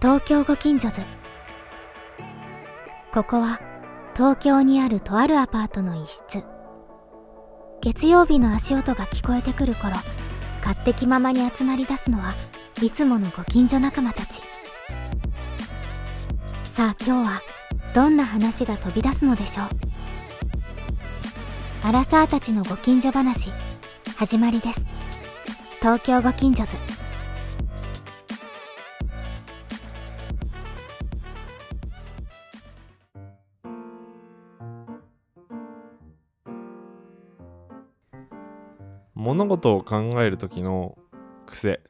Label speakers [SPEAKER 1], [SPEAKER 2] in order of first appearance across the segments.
[SPEAKER 1] 東京ご近所図ここは東京にあるとあるアパートの一室月曜日の足音が聞こえてくる頃勝手気ままに集まり出すのはいつものご近所仲間たちさあ今日はどんな話が飛び出すのでしょうアラサーたちのご近所話始まりです東京ご近所図
[SPEAKER 2] 物事を考える時の癖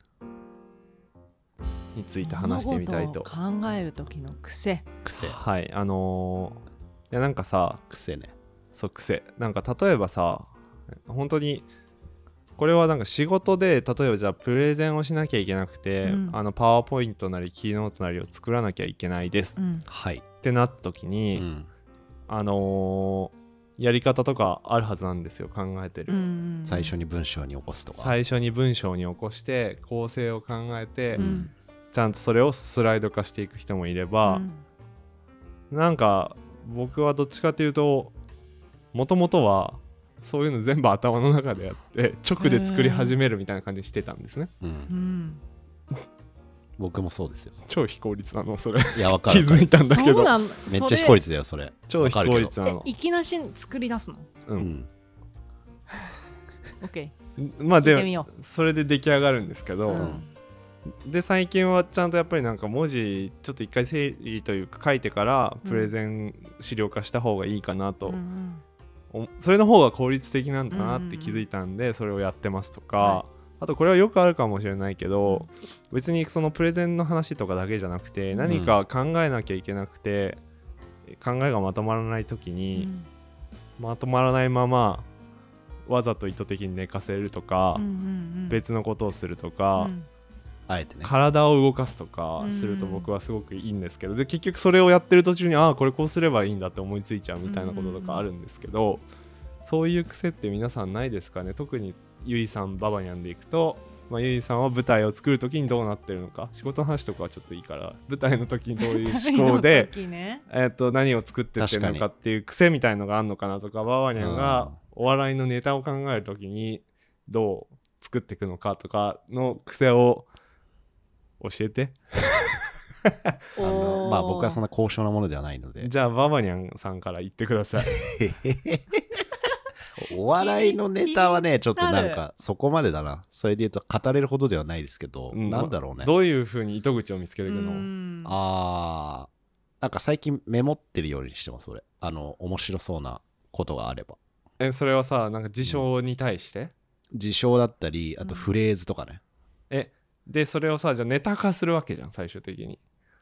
[SPEAKER 2] について話してみたいと
[SPEAKER 3] 物事を考える時の癖
[SPEAKER 4] 癖
[SPEAKER 2] はいあのーいやなんかさ
[SPEAKER 4] 癖ね
[SPEAKER 2] そう癖なんか例えばさ本当にこれはなんか仕事で例えばじゃあプレゼンをしなきゃいけなくて、
[SPEAKER 3] うん
[SPEAKER 2] あのパワーポイントなりキーノートなりを作らなきゃいけないです
[SPEAKER 3] う
[SPEAKER 2] っ
[SPEAKER 3] ん
[SPEAKER 4] はい、
[SPEAKER 2] てなった時
[SPEAKER 4] う
[SPEAKER 2] に、
[SPEAKER 4] ん、
[SPEAKER 2] あのーやり方とかあるはずなんですよ考えてる、
[SPEAKER 3] うん
[SPEAKER 4] 最初に文章に起こすとか、
[SPEAKER 2] 最初に文章に起こして構成を考えて、
[SPEAKER 3] うん
[SPEAKER 2] ちゃんとそれをスライド化していく人もいれば
[SPEAKER 3] う、ん
[SPEAKER 2] なんか僕はどっちかっていうともともとはそういうの全部頭の中でやって直で作り始めるみたいな感じにしてたんですね、
[SPEAKER 4] うん、
[SPEAKER 3] うん
[SPEAKER 4] 僕もそうで すよ
[SPEAKER 2] 超非効率なのそれ
[SPEAKER 4] いやわか
[SPEAKER 2] 気
[SPEAKER 4] るわか
[SPEAKER 2] づ
[SPEAKER 4] る
[SPEAKER 2] いたんだけ
[SPEAKER 3] そう
[SPEAKER 2] ど
[SPEAKER 3] なん
[SPEAKER 4] めっちゃ非
[SPEAKER 3] それ
[SPEAKER 4] 効率だよそれ
[SPEAKER 2] 超非効率なの
[SPEAKER 3] えいきなし作り出すの
[SPEAKER 2] う、
[SPEAKER 4] うんん
[SPEAKER 3] OK
[SPEAKER 2] まあ
[SPEAKER 3] 聞いてみ
[SPEAKER 2] で
[SPEAKER 3] よ
[SPEAKER 2] それで出来上がるんですけ
[SPEAKER 3] う
[SPEAKER 2] ど、
[SPEAKER 3] うん
[SPEAKER 2] で最近はちゃんとやっぱりなんか文字ちょっと一回整理というか書いてからプレゼン資料化した方がいいかなと、
[SPEAKER 3] うん
[SPEAKER 2] おそれの方が効率的なんだなって気づいたんでそれをやってますとか、
[SPEAKER 3] は
[SPEAKER 2] あとこれはよくあるかもしれないけど別にそのプレゼンの話とかだけじゃなくて何か考えなきゃいけなくて、考えがまとまらない時
[SPEAKER 3] う
[SPEAKER 2] に、
[SPEAKER 3] ん
[SPEAKER 2] まとまらないままわざと意図的に寝かせるとか、
[SPEAKER 3] うんうん
[SPEAKER 2] 別のことをすると
[SPEAKER 3] う
[SPEAKER 2] か、
[SPEAKER 3] ん
[SPEAKER 4] あえてね
[SPEAKER 2] 体を動かすとか
[SPEAKER 3] うん。
[SPEAKER 2] すると僕はすごくいいんですけど、で結局それをやってる途中にああこれこうすればいいんだって思いついちゃうみたいなこととかあるんですけど、そういう癖って皆さんないですかね特にゆいさんババニャンでいくと、まあ、ゆいさんは舞台を作る時にどうなってるのか仕事の話とかはちょっといいから舞台の時にどういう思考で
[SPEAKER 3] 大の時ね
[SPEAKER 2] えっと何を作ってってるのかっていう癖みたいのがあるのかなとかババニャンがお笑いのネタを考える時にどう作っていくのかとかの癖を教えて
[SPEAKER 4] あのまあ僕はそ
[SPEAKER 3] の
[SPEAKER 4] んな高尚なものではないの で
[SPEAKER 2] じゃあババニャンさんから言ってください
[SPEAKER 4] お笑いのネタはねちょっとなんかそこまでだなそれで言うと語れるほどではないですけど、
[SPEAKER 2] うん
[SPEAKER 4] なんだろうね
[SPEAKER 2] どういうふうに糸口を見つけていくの、
[SPEAKER 4] あーなんか最近メモってるようにしてます俺あの面白そうなことがあれば
[SPEAKER 2] えそれはさなんか事象に対して、
[SPEAKER 4] 事象だったりあと
[SPEAKER 3] うん
[SPEAKER 4] フレーズとかね、
[SPEAKER 2] えでそれをさじゃあネタ化するわけじゃん最終的に、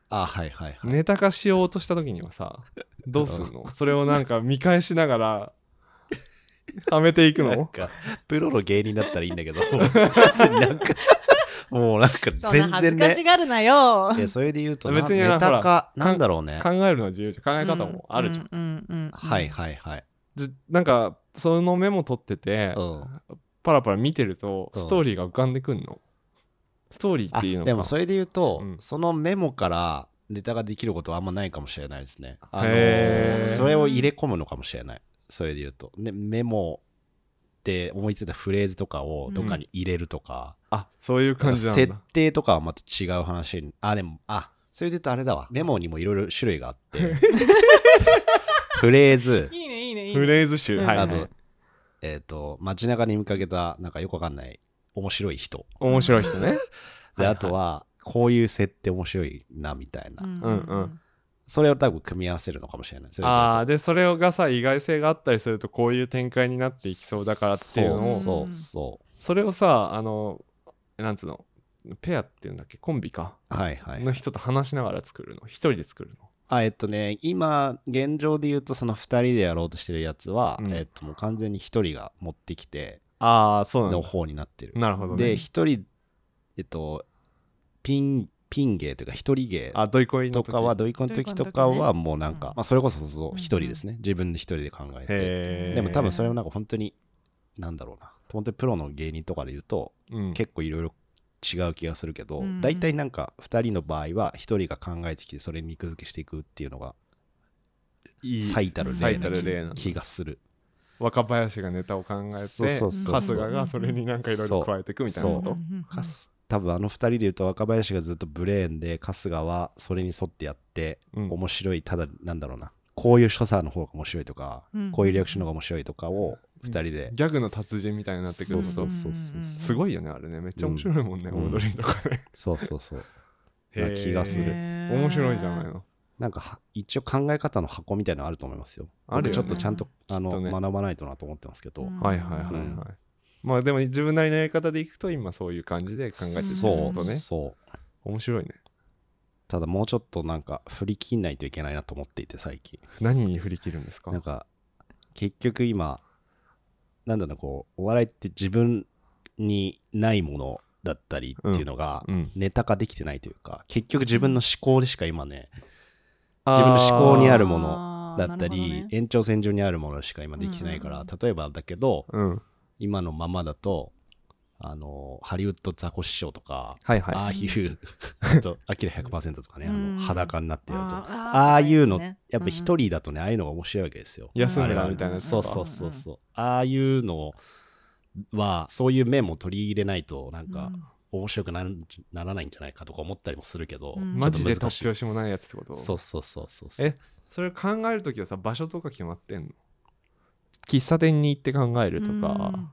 [SPEAKER 4] ああはいはいはい、
[SPEAKER 2] ネタ化しようとした時には さどうすんのそれをなんか見返しながらはめていく
[SPEAKER 4] なん
[SPEAKER 2] の
[SPEAKER 4] かプロの芸人だったらいいん だけど なんかもうなんか
[SPEAKER 3] そんな
[SPEAKER 4] 全
[SPEAKER 3] 恥ず
[SPEAKER 4] 然
[SPEAKER 3] かし
[SPEAKER 4] ね
[SPEAKER 3] がるなよ
[SPEAKER 4] いやそれで言うとな
[SPEAKER 2] 別に
[SPEAKER 4] ネ
[SPEAKER 2] な
[SPEAKER 4] タ
[SPEAKER 2] ほら
[SPEAKER 4] かなんだろうね
[SPEAKER 2] 考えるのは自由じゃん考え方もあるじゃん、
[SPEAKER 3] うんうんうんうん
[SPEAKER 4] はいはいはい
[SPEAKER 2] じなんかそのメモ取ってて、
[SPEAKER 4] うん
[SPEAKER 2] パラパラ見てると
[SPEAKER 4] うん
[SPEAKER 2] ストーリーが浮かんでくんのストーリーっ
[SPEAKER 4] あ
[SPEAKER 2] ていうのか
[SPEAKER 4] でもそれで言うと、
[SPEAKER 2] うん
[SPEAKER 4] そのメモからネタができることはあんまないかもしれないですねあ
[SPEAKER 2] へ
[SPEAKER 4] の
[SPEAKER 2] ー
[SPEAKER 4] それを入れ込むのかもしれないそれで言うと、ね、メモで思いついたフレーズとかをどっかに入れるとか、
[SPEAKER 2] あそういう感じなんだ
[SPEAKER 4] 設定とかはまた違う話にあでもあそれで言うとあれだわメモにもいろいろ種類があって フレーズ
[SPEAKER 3] いいねいいねいい
[SPEAKER 2] フ
[SPEAKER 3] ね
[SPEAKER 2] レーズ集、
[SPEAKER 3] うん
[SPEAKER 2] はい、
[SPEAKER 4] あ
[SPEAKER 2] は
[SPEAKER 4] と、
[SPEAKER 2] い、
[SPEAKER 4] えっ、と街中に見かけたなんかよくわかんない面白い人
[SPEAKER 2] 面白い 人ねは
[SPEAKER 4] で
[SPEAKER 2] いはい
[SPEAKER 4] あとはこういう設定面白いなみたいな、
[SPEAKER 3] うん
[SPEAKER 2] うん
[SPEAKER 4] それを多分組み合わせるのかもしれない。それで
[SPEAKER 2] ああでそれがさ意外性があったりするとこういう展開になっていきそうだからっていうのを
[SPEAKER 4] そ
[SPEAKER 2] そ
[SPEAKER 4] うそうそ
[SPEAKER 2] れをさあのなんつうのペアっていうんだっけコンビか
[SPEAKER 4] う。はいはい
[SPEAKER 2] の。人と話しながら作るの一人で作るの
[SPEAKER 4] あえっとね、今、現状で言うと、その2人でやろうとしてるやつは、
[SPEAKER 2] うん
[SPEAKER 4] えっと、もう完全に1人が持ってきて、
[SPEAKER 2] ああそうな
[SPEAKER 4] の
[SPEAKER 2] んだ
[SPEAKER 4] 方になってる。
[SPEAKER 2] なるほどね
[SPEAKER 4] で、1人、えっと、ピン、ピン芸というか、1人芸
[SPEAKER 2] あドイコイの
[SPEAKER 4] と
[SPEAKER 2] 時
[SPEAKER 4] かは、ドイコの時とかは、もうなん
[SPEAKER 3] うん、
[SPEAKER 4] かまあ、それこそそううん1人ですね。自分で1人で考えて。
[SPEAKER 2] へー
[SPEAKER 4] でも多分それもなんか本当に、なんだろうな。本当にプロの芸人とかで言うと、
[SPEAKER 2] うん
[SPEAKER 4] 結構いろいろ違う気がするけど、
[SPEAKER 3] うん
[SPEAKER 4] 大体なんか2人の場合は1人が考えてきてそれに肉付けしていくっていうのが
[SPEAKER 2] いい
[SPEAKER 4] 最たる例
[SPEAKER 2] 最た
[SPEAKER 4] な
[SPEAKER 2] る例な
[SPEAKER 4] 気がする。
[SPEAKER 2] 若林がネタを考えて
[SPEAKER 4] そうそうそう
[SPEAKER 2] 春日がそれになんかいろいろ加えていくみたいなこ
[SPEAKER 4] そ
[SPEAKER 2] と
[SPEAKER 4] うかす多分あの2人で言うと若林がずっとブレーンで春日はそれに沿ってやって、
[SPEAKER 2] うん
[SPEAKER 4] 面白いただなんだろうなこういう所作の方が面白いとか、
[SPEAKER 3] うん
[SPEAKER 4] こういうリアクションの方が面白いとかを2人で、
[SPEAKER 2] ギャグの達人みたいになってくる
[SPEAKER 4] そう
[SPEAKER 2] と
[SPEAKER 4] そうそうそう
[SPEAKER 2] すごいよねあれねめっちゃ面白いもんね、
[SPEAKER 4] うん
[SPEAKER 2] オードリーとかね、
[SPEAKER 4] そうそうそう
[SPEAKER 2] へー
[SPEAKER 4] な気がする
[SPEAKER 2] 面白いじゃない
[SPEAKER 3] の
[SPEAKER 2] の
[SPEAKER 4] なんかは一応考え方の箱みたいなのあると思いますよ。
[SPEAKER 2] あるよね
[SPEAKER 4] 僕ちょっとちゃんとあ
[SPEAKER 2] きっと
[SPEAKER 4] の、
[SPEAKER 2] ね
[SPEAKER 4] 学ばないとなと思ってますけど、
[SPEAKER 3] うん
[SPEAKER 2] はいはいはいはい、
[SPEAKER 4] うん
[SPEAKER 2] まあでも自分なりのやり方でいくと今そういう感じで考えてるって
[SPEAKER 4] そ
[SPEAKER 2] こ
[SPEAKER 4] う
[SPEAKER 2] とね
[SPEAKER 4] そう
[SPEAKER 2] 面白いね
[SPEAKER 4] ただもうちょっとなんか振り切んないといけないなと思っていて最近
[SPEAKER 2] 何に振り切るんですか
[SPEAKER 4] なんか結局今なんだろうこうお笑いって自分にないものだったりっていうのが、
[SPEAKER 2] うん、
[SPEAKER 4] ネタ化できてないというか結局自分の思考でしか今ね自分の思考にあるも
[SPEAKER 3] の
[SPEAKER 4] だったり、延長線上にあるものしか今できてないから、
[SPEAKER 3] うんうん
[SPEAKER 4] 例えばだけど、
[SPEAKER 2] うんはい
[SPEAKER 4] 今のままだとあのハリウッドザコシショウとか、
[SPEAKER 2] はい
[SPEAKER 4] ああいう あと「アキラ100%」とかね、
[SPEAKER 3] うん
[SPEAKER 4] あの裸になってやるとあ
[SPEAKER 3] あ
[SPEAKER 4] あいうのやっぱ
[SPEAKER 3] 人
[SPEAKER 4] 一人だとね、ああいうのが面白いわけですよ
[SPEAKER 2] 安
[SPEAKER 4] あれ
[SPEAKER 2] 村
[SPEAKER 4] は
[SPEAKER 2] みたいなやつと
[SPEAKER 4] そう
[SPEAKER 2] か
[SPEAKER 4] そうそうそうああいうのはそういう面も取り入れないとなんか面白くなるならないんじゃないかとか思ったりもするけど、
[SPEAKER 3] うん
[SPEAKER 2] マジで
[SPEAKER 4] ちょっと難しい
[SPEAKER 2] 突拍子もないやつってこと
[SPEAKER 4] そうそうそうそうそう
[SPEAKER 2] えそれ考えるときはさ場所とか決まってんの喫茶店に行って考えるとか、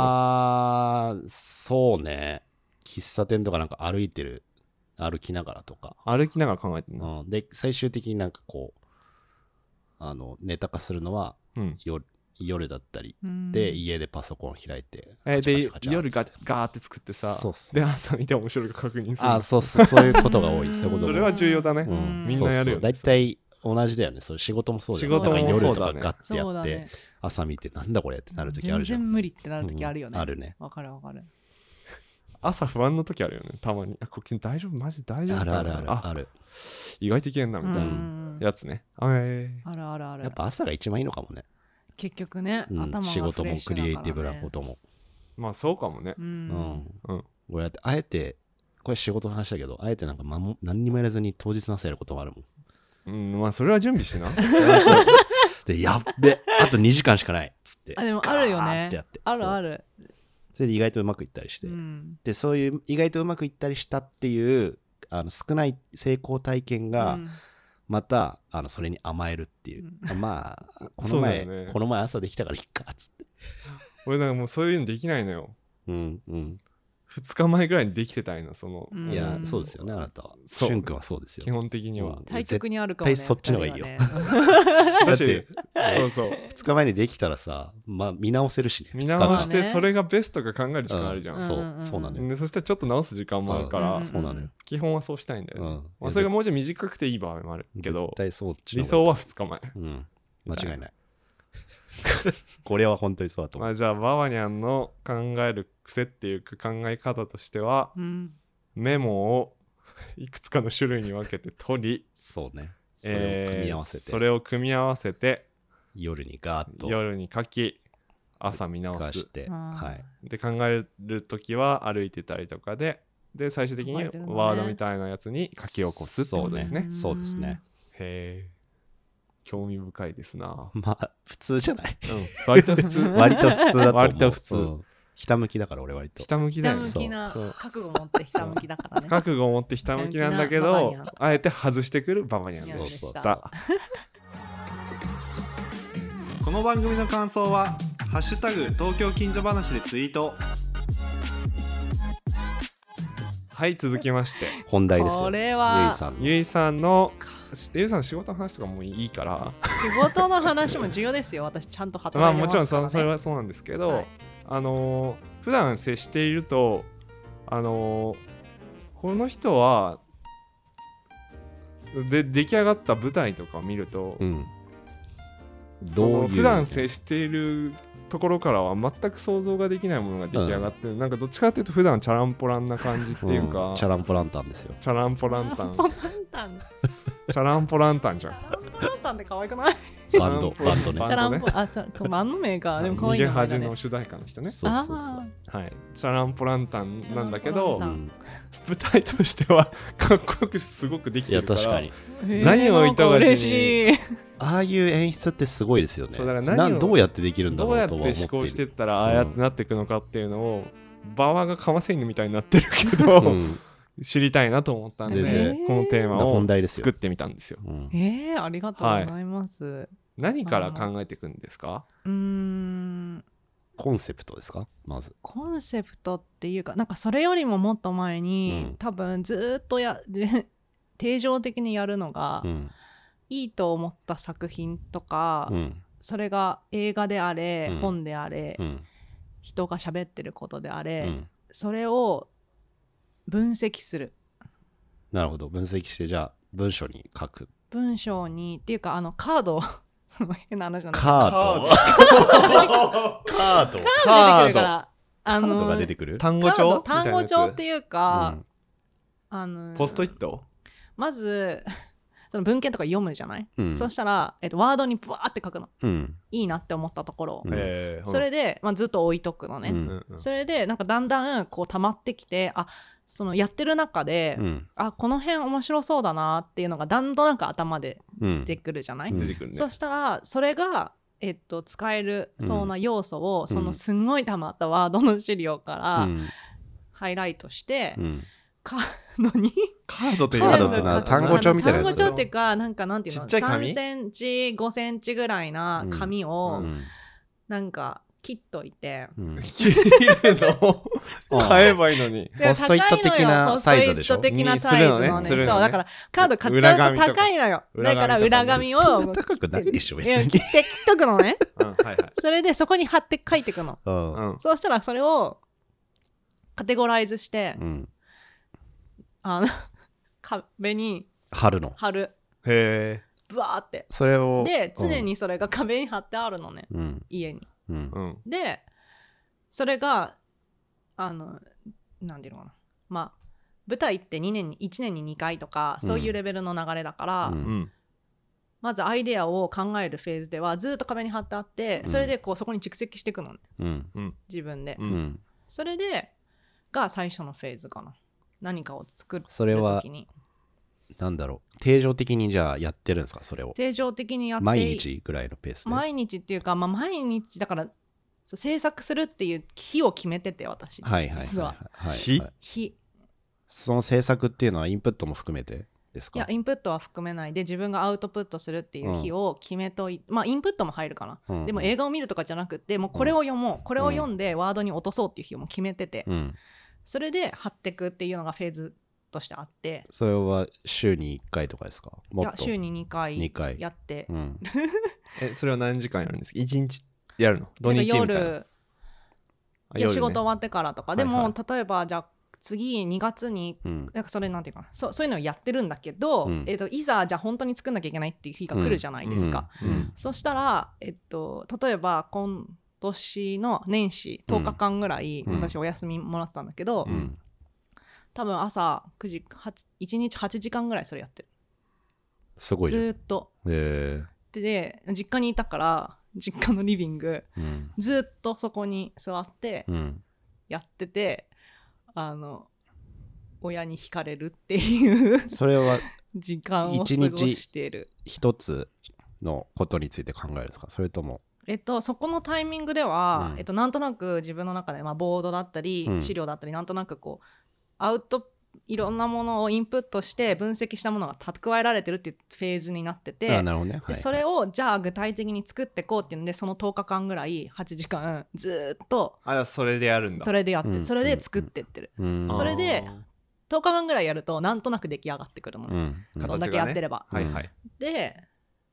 [SPEAKER 4] あーそうね喫茶店とかなんか歩いてる歩きながらとか
[SPEAKER 2] 歩きながら考えてんの、
[SPEAKER 4] うん、で最終的になんかこうあのネタ化するのは
[SPEAKER 2] うん
[SPEAKER 4] 夜夜だったり
[SPEAKER 3] で
[SPEAKER 4] で、家でパソコン開いて
[SPEAKER 2] えーで夜
[SPEAKER 4] が
[SPEAKER 2] ガガーって作ってさ
[SPEAKER 4] そうそう
[SPEAKER 2] で朝見て面白いか確認する
[SPEAKER 4] あーそうそうそういうことが多いそういうこと
[SPEAKER 2] そ
[SPEAKER 4] が
[SPEAKER 2] れは重要だね、
[SPEAKER 4] 多いうん
[SPEAKER 2] みんなやるよね
[SPEAKER 4] そうそう大体同じだよねそれ仕事もそうだよね
[SPEAKER 3] 仕事も
[SPEAKER 4] なんか
[SPEAKER 2] そう
[SPEAKER 4] 夜と
[SPEAKER 2] だ
[SPEAKER 4] か
[SPEAKER 2] ね
[SPEAKER 4] ガッてやって、朝見てなんだこれってなる時あるじゃん
[SPEAKER 3] 全然無理ってなる時あるよね、
[SPEAKER 4] うんあるね
[SPEAKER 3] わかるわかる
[SPEAKER 2] 朝不安の時あるよねたまにあこれ大丈夫マジ大丈夫
[SPEAKER 4] あ
[SPEAKER 2] か
[SPEAKER 4] る
[SPEAKER 2] な
[SPEAKER 4] あるあるある
[SPEAKER 2] 意外といけんなみたいな
[SPEAKER 3] うん
[SPEAKER 2] やつね、あえー
[SPEAKER 3] あるあるある
[SPEAKER 4] やっぱ朝が一番いいのかもね、
[SPEAKER 3] 結局ね、
[SPEAKER 4] うん
[SPEAKER 3] 頭が
[SPEAKER 4] 仕事
[SPEAKER 3] フレ
[SPEAKER 4] も
[SPEAKER 3] ッシ
[SPEAKER 4] ク
[SPEAKER 3] ュだから
[SPEAKER 4] リ
[SPEAKER 3] ね
[SPEAKER 4] エイティブなことも、
[SPEAKER 2] まあそうかもね
[SPEAKER 3] う、
[SPEAKER 4] うんん、
[SPEAKER 2] うん
[SPEAKER 4] こうやってあえてこれ仕事の話だけどあえてなんかまも何にもやらずに当日の朝やることもあるもん
[SPEAKER 2] うんまあそれは準備し な
[SPEAKER 4] でやっべあと2時間しかないっつって
[SPEAKER 3] あでもあるよ
[SPEAKER 4] ガー
[SPEAKER 3] ね
[SPEAKER 4] ってやって
[SPEAKER 3] あるあ
[SPEAKER 4] る
[SPEAKER 3] る
[SPEAKER 4] それで意外とうまくいったりして、
[SPEAKER 3] うん
[SPEAKER 4] でそういう意外とうまくいったりしたっていうあの少ない成功体験が、
[SPEAKER 3] うん
[SPEAKER 4] またあのそれに甘えるっていう、まあこの前、
[SPEAKER 2] そうだよね
[SPEAKER 4] この前朝できたからいっかっつって
[SPEAKER 2] 俺なんかもうそういうのできないのよ
[SPEAKER 4] うんうん
[SPEAKER 2] 2日前ぐらいにできてたいなその、
[SPEAKER 3] うん
[SPEAKER 4] いや、そうですよねあなたはし
[SPEAKER 2] そう
[SPEAKER 4] ゅんくんはそうです
[SPEAKER 2] 基
[SPEAKER 4] よ
[SPEAKER 2] 本的には、
[SPEAKER 4] うん
[SPEAKER 3] 対局にあるかもね
[SPEAKER 4] 絶対そっちの方がいいよ
[SPEAKER 3] 二人はね
[SPEAKER 2] だ
[SPEAKER 4] だっ
[SPEAKER 2] してそうそう
[SPEAKER 4] 2日前にできたらさまあ見直せるしね
[SPEAKER 2] 見
[SPEAKER 4] 二日
[SPEAKER 2] 直
[SPEAKER 4] 間
[SPEAKER 2] して
[SPEAKER 3] まあね
[SPEAKER 2] それがベストか考える時間あるじゃん、
[SPEAKER 4] そう
[SPEAKER 3] うんうんうん
[SPEAKER 4] そうなのよ、
[SPEAKER 2] でそしたらちょっと直す時間もあるから、
[SPEAKER 3] うん
[SPEAKER 4] そうなのよ、
[SPEAKER 2] 基本はそうしたいんだよ
[SPEAKER 4] う
[SPEAKER 2] ね、
[SPEAKER 4] ん
[SPEAKER 2] まあ、それがもうちょい短くていい場合もあるけど
[SPEAKER 4] 絶対そう
[SPEAKER 2] 理想
[SPEAKER 4] は
[SPEAKER 2] は2日前
[SPEAKER 4] うん間 違いないこれは本当にそうだと
[SPEAKER 2] ま
[SPEAKER 4] 思う、
[SPEAKER 2] あじゃあバワニャンの考える癖っていうか考え方としては
[SPEAKER 3] うん
[SPEAKER 2] メモをいくつかの種類に分けて取り
[SPEAKER 4] そうねそれを組み合わせ
[SPEAKER 2] えー
[SPEAKER 4] て、
[SPEAKER 2] それを組み合わせて
[SPEAKER 4] 夜にガーッと
[SPEAKER 2] 夜に書き朝見直
[SPEAKER 4] 化し
[SPEAKER 2] す
[SPEAKER 4] て、
[SPEAKER 3] あー
[SPEAKER 4] はい、
[SPEAKER 2] で考える時は歩いてたりとかでで最終的に
[SPEAKER 3] 考えてるのね
[SPEAKER 2] ワードみたいなやつに書き起こすってことですね
[SPEAKER 3] うん
[SPEAKER 4] そうですね
[SPEAKER 2] へえ興味深いですな、
[SPEAKER 4] まあ普通じ ゃない
[SPEAKER 2] うん、割と普 通
[SPEAKER 4] 割と普通だと思う
[SPEAKER 2] 割と普通
[SPEAKER 4] んひたむきだから俺割と
[SPEAKER 2] ひたむき
[SPEAKER 3] ひ
[SPEAKER 2] だ
[SPEAKER 3] た
[SPEAKER 2] よね
[SPEAKER 3] むきな
[SPEAKER 2] そう
[SPEAKER 3] 覚悟持ってひたむきだから ね
[SPEAKER 2] 覚悟を持ってひたむきなんだけ
[SPEAKER 3] ひたむ
[SPEAKER 2] ど
[SPEAKER 3] きなババニ
[SPEAKER 2] あえて外してくるババニャンで
[SPEAKER 4] そうそう
[SPEAKER 2] し
[SPEAKER 4] そ
[SPEAKER 2] た
[SPEAKER 4] う
[SPEAKER 5] この番組の感想は「ハッシュタグ東京近所話」でツイート
[SPEAKER 2] はい続きまして
[SPEAKER 4] 本題ですよ
[SPEAKER 3] これは
[SPEAKER 4] ゆいさんの
[SPEAKER 2] ゆいさんのしゆいさんの仕事の話とかもういいから
[SPEAKER 3] 仕事の話も重要ですよ私ちゃんと働いて
[SPEAKER 2] まあ
[SPEAKER 3] ます
[SPEAKER 2] もちろんそ,、
[SPEAKER 3] からね
[SPEAKER 2] それはそうなんですけど、
[SPEAKER 3] はい
[SPEAKER 2] あのー普段接しているとあのーこの人はで出来上がった舞台とかを見ると、
[SPEAKER 4] うん
[SPEAKER 2] そ
[SPEAKER 4] どうい
[SPEAKER 2] の
[SPEAKER 4] う
[SPEAKER 2] 普段接しているところからは全く想像ができないものが出来上がってる、なんかどっちかっていうと普段チャランポランな感じっていうか、
[SPEAKER 4] んチ
[SPEAKER 2] チ
[SPEAKER 4] ャランポランタンですよ
[SPEAKER 2] ャランポランタン
[SPEAKER 3] ポランタン
[SPEAKER 2] チャランポランタンじゃん
[SPEAKER 3] ポランタンって可愛くない
[SPEAKER 4] バンドバンドね
[SPEAKER 2] バ
[SPEAKER 3] チャラン
[SPEAKER 2] ね
[SPEAKER 3] ポ、あ、チャランポ、バンド名か。でも可
[SPEAKER 2] 逃
[SPEAKER 3] 愛い
[SPEAKER 2] げ
[SPEAKER 3] 名前だ
[SPEAKER 2] 恥
[SPEAKER 3] ね
[SPEAKER 2] の。主題歌の人ね。
[SPEAKER 4] そうそうそう
[SPEAKER 2] はい。チャランポランタンなんだけ
[SPEAKER 3] チャラン
[SPEAKER 2] ど
[SPEAKER 3] ポラ
[SPEAKER 4] う
[SPEAKER 3] ン、
[SPEAKER 4] ん
[SPEAKER 2] 舞台としてはかっこよくすごくでき
[SPEAKER 4] い
[SPEAKER 2] て
[SPEAKER 4] や
[SPEAKER 2] るから。
[SPEAKER 4] 確かに
[SPEAKER 3] へー
[SPEAKER 2] 何を糸口に
[SPEAKER 3] なんか嬉しい。
[SPEAKER 4] ああいう演出ってすごいですよね
[SPEAKER 2] そうだから何を
[SPEAKER 4] なんどうやってできるんだ
[SPEAKER 2] どう
[SPEAKER 4] ろ
[SPEAKER 2] や
[SPEAKER 4] う
[SPEAKER 2] って
[SPEAKER 4] とは
[SPEAKER 2] 思
[SPEAKER 4] 思っ
[SPEAKER 2] 考してて
[SPEAKER 4] い
[SPEAKER 2] っ
[SPEAKER 4] る
[SPEAKER 2] たらああやってなっていくのかっていうのを、バワがかませ犬みたいになってるけど、
[SPEAKER 4] うん
[SPEAKER 2] 知りたいなと思ったんで、
[SPEAKER 4] 全
[SPEAKER 3] 然
[SPEAKER 2] このテーマを
[SPEAKER 4] 本題ですよ
[SPEAKER 2] 作ってみたんですよ。
[SPEAKER 4] うん
[SPEAKER 3] えー、ありがとうございます。う
[SPEAKER 2] 何から考えていくんですか
[SPEAKER 3] ーん、
[SPEAKER 4] コンセプトですかまず
[SPEAKER 3] コンセプトっていうか、なんかそれよりももっと前に、
[SPEAKER 4] うん
[SPEAKER 3] 多分ずーっとや、 定常的にやるのが、
[SPEAKER 4] うん
[SPEAKER 3] いいと思った作品とか、
[SPEAKER 4] うん
[SPEAKER 3] それが映画であれ、
[SPEAKER 4] うん
[SPEAKER 3] 本であれ、
[SPEAKER 4] うん
[SPEAKER 3] 人が喋ってることであ
[SPEAKER 4] う
[SPEAKER 3] れ、
[SPEAKER 4] ん
[SPEAKER 3] それを分析する
[SPEAKER 4] なるほど分析してじゃあ文章に書く
[SPEAKER 3] 文章にっていうかあのカードを その変な話なんだ
[SPEAKER 4] カード
[SPEAKER 3] カード出てくるか
[SPEAKER 4] カードカード
[SPEAKER 3] らあ
[SPEAKER 4] カードが出
[SPEAKER 3] の
[SPEAKER 4] てくる
[SPEAKER 2] 単語
[SPEAKER 3] カード
[SPEAKER 2] 帳
[SPEAKER 3] 単語帳って
[SPEAKER 2] い
[SPEAKER 3] いう
[SPEAKER 4] う
[SPEAKER 3] か、
[SPEAKER 4] ん
[SPEAKER 3] あの
[SPEAKER 2] ポストイット
[SPEAKER 3] まず その文献とか読むじゃない、
[SPEAKER 4] うん
[SPEAKER 3] そしたら、えっと、ワードにブワーって書くの
[SPEAKER 4] うん
[SPEAKER 3] いいなって思ったところを、
[SPEAKER 4] うん
[SPEAKER 2] ええ
[SPEAKER 3] それで、まあ、ずっと置いとくのね、
[SPEAKER 4] う
[SPEAKER 2] うんんうん
[SPEAKER 3] それでなんかだんだんこう溜まってきてあそのやってる中で、
[SPEAKER 4] うん
[SPEAKER 3] あこの辺面白そうだなっていうのがだんだんなんか頭で
[SPEAKER 4] うん
[SPEAKER 3] 出てくるじゃない、
[SPEAKER 4] うん
[SPEAKER 2] 出てくるね
[SPEAKER 3] そしたらそれが、えっと、使えるそうな要素を、そのすんごい溜まったワードの資料か
[SPEAKER 4] う
[SPEAKER 3] ら
[SPEAKER 4] ん
[SPEAKER 3] ハイライトして、
[SPEAKER 4] うん
[SPEAKER 3] カードに
[SPEAKER 2] カードっていう
[SPEAKER 4] カードってのは単語帳みたいなやつ
[SPEAKER 3] 単語帳っていうかなんかなんていうの
[SPEAKER 2] ちっちゃい紙
[SPEAKER 3] 3センチ5センチぐらいな紙を、
[SPEAKER 4] うん
[SPEAKER 3] なんか切っといて。
[SPEAKER 4] うん
[SPEAKER 2] 切れるの買えばいいのに
[SPEAKER 3] でも
[SPEAKER 4] ポストイット的なサイズでしょ
[SPEAKER 3] 高いのよポストイット的なサイズの
[SPEAKER 2] にす
[SPEAKER 3] ね
[SPEAKER 2] るのねするのね
[SPEAKER 3] そうだからカード買っちゃうと
[SPEAKER 2] 裏紙とか
[SPEAKER 3] 高いのよだから裏
[SPEAKER 2] 裏
[SPEAKER 3] 紙
[SPEAKER 2] 紙
[SPEAKER 3] を
[SPEAKER 4] そんな高くないでしょ別
[SPEAKER 3] いや切っ
[SPEAKER 4] に
[SPEAKER 3] て切っとくのね
[SPEAKER 2] うんはいはい
[SPEAKER 3] それでそこに貼って書いていくの
[SPEAKER 4] うん
[SPEAKER 2] うん
[SPEAKER 3] そうしたらそれをカテゴライズして、
[SPEAKER 4] うん
[SPEAKER 3] あの 壁に
[SPEAKER 4] 貼るの
[SPEAKER 3] 貼る
[SPEAKER 2] へえ
[SPEAKER 3] ブワーって
[SPEAKER 4] それを
[SPEAKER 3] で常にそれが 壁に貼ってあるのね、
[SPEAKER 4] うん
[SPEAKER 3] 家に
[SPEAKER 4] うん
[SPEAKER 2] うん
[SPEAKER 3] でそれがあの何ていうのかなまあ舞台って2年に1年に2回とかそういうレベルの流れだから、
[SPEAKER 4] うん
[SPEAKER 2] うん
[SPEAKER 3] まずアイデアを考えるフェーズではずっと壁に貼ってあって
[SPEAKER 4] うん
[SPEAKER 3] それでこうそこに蓄積していくのね
[SPEAKER 4] うん
[SPEAKER 3] 自分で、
[SPEAKER 2] う
[SPEAKER 4] うんん
[SPEAKER 3] それでが最初のフェーズかな何かを作る
[SPEAKER 4] それは
[SPEAKER 3] 時に
[SPEAKER 4] なんだろう定常的にじゃあやってるんですかそれを
[SPEAKER 3] 定常的にやって
[SPEAKER 4] 毎日ぐらいのペースで
[SPEAKER 3] 毎日っていうか、まあ、毎日だからそう制作するっていう日を決めてて私、
[SPEAKER 4] はいはいはい
[SPEAKER 3] 実は
[SPEAKER 4] はい
[SPEAKER 2] 日
[SPEAKER 4] はい
[SPEAKER 3] 日
[SPEAKER 4] その制作っていうのはインプットも含めてです
[SPEAKER 3] い
[SPEAKER 4] か
[SPEAKER 3] やインプットは含めないで自分がアウトプットするっていう日を決めといて、まあインプットも入るかな、
[SPEAKER 4] うん
[SPEAKER 3] でも映画を見るとかじゃなくてもうこれを読もう、これを読んでワードに落とそうっていう日をもう決めてて、
[SPEAKER 4] うん
[SPEAKER 3] それで貼ってくっていうのがフェーズとしてあって
[SPEAKER 4] それは週に1回とかですか
[SPEAKER 3] い
[SPEAKER 4] も
[SPEAKER 3] や
[SPEAKER 4] っと
[SPEAKER 3] 週に2
[SPEAKER 4] 二
[SPEAKER 3] 回
[SPEAKER 4] 回
[SPEAKER 3] やって
[SPEAKER 4] うん
[SPEAKER 2] えそれは何時間やるんですか一日やるの土
[SPEAKER 3] なん
[SPEAKER 2] 日
[SPEAKER 3] か
[SPEAKER 2] みたいなあ
[SPEAKER 3] 夜いや
[SPEAKER 2] 夜ね
[SPEAKER 3] 仕事終わってからとか、でも、
[SPEAKER 2] はいは
[SPEAKER 3] 例えばじゃあ次2月に
[SPEAKER 4] うん
[SPEAKER 3] なんかそれなんていうかなそうそういうのをやってるんだけど、
[SPEAKER 4] うん
[SPEAKER 3] えっといざじゃあ本当に作んなきゃいけないっていう日が来るじゃないですか、
[SPEAKER 4] うん
[SPEAKER 3] そしたら、えっと、例えば今年の年始
[SPEAKER 4] うん
[SPEAKER 3] 10日間ぐらい、
[SPEAKER 4] うん
[SPEAKER 3] 私お休みもらってたんだけど、
[SPEAKER 4] うん
[SPEAKER 3] 多分朝9時8 1日8時間ぐらいそれやってる
[SPEAKER 4] すごい
[SPEAKER 3] ず
[SPEAKER 4] じゃんへ
[SPEAKER 3] ーっと
[SPEAKER 4] え
[SPEAKER 3] で実家にいたから実家のリビング
[SPEAKER 4] うん
[SPEAKER 3] ずーっとそこに座って
[SPEAKER 4] うん
[SPEAKER 3] やってて、あの親に惹かれるっていう
[SPEAKER 4] それは
[SPEAKER 3] 時間を過ご
[SPEAKER 4] 一日
[SPEAKER 3] してる
[SPEAKER 4] 一つのことについて考えるんですかそれとも
[SPEAKER 3] えっと、そこのタイミングでは、
[SPEAKER 4] うん
[SPEAKER 3] えっと、なんとなく自分の中で、まあ、ボードだったり、
[SPEAKER 4] うん
[SPEAKER 3] 資料だったりなんとなくこうアウトいろんなものをインプットして分析したものが蓄えられてるっていうフェーズになってて
[SPEAKER 4] あなるほどねは
[SPEAKER 3] で
[SPEAKER 4] い
[SPEAKER 3] それをじゃあ具体的に作ってこうっていうのでその10日間ぐらい8時間ずーっと
[SPEAKER 2] あそれでやるんだ
[SPEAKER 3] それでやって、
[SPEAKER 4] うん
[SPEAKER 3] それで作ってってる、
[SPEAKER 4] うん
[SPEAKER 3] それで
[SPEAKER 2] あー
[SPEAKER 3] 10日間ぐらいやるとなんとなく出来上がってくるの、
[SPEAKER 4] うんうん
[SPEAKER 3] そんだけやってれば、
[SPEAKER 2] はいはい
[SPEAKER 3] で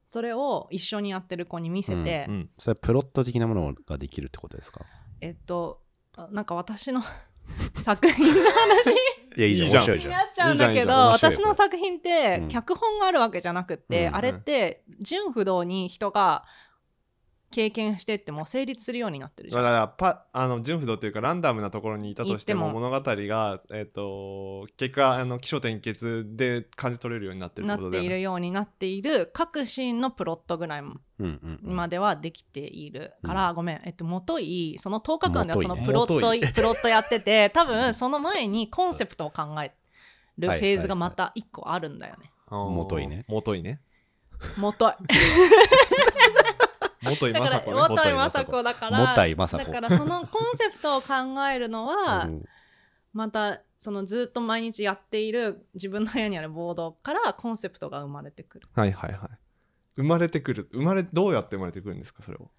[SPEAKER 3] それを一緒にやってる子に見せて、
[SPEAKER 2] うん
[SPEAKER 4] それはプロット的なものができるってことですか
[SPEAKER 3] えっとあなんか私の 作品の話
[SPEAKER 4] いや
[SPEAKER 2] いいじゃん
[SPEAKER 4] 面白い
[SPEAKER 3] に
[SPEAKER 4] じゃん
[SPEAKER 3] なっちゃうん
[SPEAKER 2] い
[SPEAKER 3] だ
[SPEAKER 2] いじゃんいい
[SPEAKER 3] けど
[SPEAKER 2] じ
[SPEAKER 4] ゃん面白い
[SPEAKER 3] 私の作品って
[SPEAKER 4] うん
[SPEAKER 3] 脚本があるわけじゃなくって、
[SPEAKER 4] うん
[SPEAKER 3] あれって純不動に人が経験してってもう成立するようになってるじゃ
[SPEAKER 2] だ
[SPEAKER 3] ん
[SPEAKER 2] からパあの純不動というかランダムなところにいたとしても
[SPEAKER 3] 行って
[SPEAKER 2] 物語が、えっと結果あの起承転結で感じ取れるようになってるって
[SPEAKER 3] な
[SPEAKER 2] こと
[SPEAKER 3] っ
[SPEAKER 2] だ
[SPEAKER 3] て
[SPEAKER 2] よ
[SPEAKER 3] い
[SPEAKER 2] ね
[SPEAKER 3] るようになっている各シーンのプロットぐらい
[SPEAKER 4] うんうんうん
[SPEAKER 3] まではできているから、ごめん、えっと、もといその10日間ではそのプロット
[SPEAKER 4] もとい
[SPEAKER 3] プロットやってて多分その前にコンセプトを考えるフ
[SPEAKER 4] はい
[SPEAKER 3] ェーズがまた1個あるんだよね。
[SPEAKER 2] あー
[SPEAKER 4] 元いね
[SPEAKER 2] 元いね
[SPEAKER 3] もとい
[SPEAKER 2] 元い
[SPEAKER 3] だ
[SPEAKER 2] ま
[SPEAKER 3] か
[SPEAKER 2] さ
[SPEAKER 3] ら
[SPEAKER 2] こ
[SPEAKER 3] も
[SPEAKER 2] ね
[SPEAKER 3] といまさこだから
[SPEAKER 4] もたいまさ
[SPEAKER 3] だ
[SPEAKER 4] こ
[SPEAKER 3] からそのコンセプトを考えるのは、
[SPEAKER 4] うん
[SPEAKER 3] またそのずっと毎日やっている自分の部屋にあるボードからコンセプトが生まれてくる。
[SPEAKER 2] はいはいはい生まれてくる生まれどうやって生まれてくるんですかそれを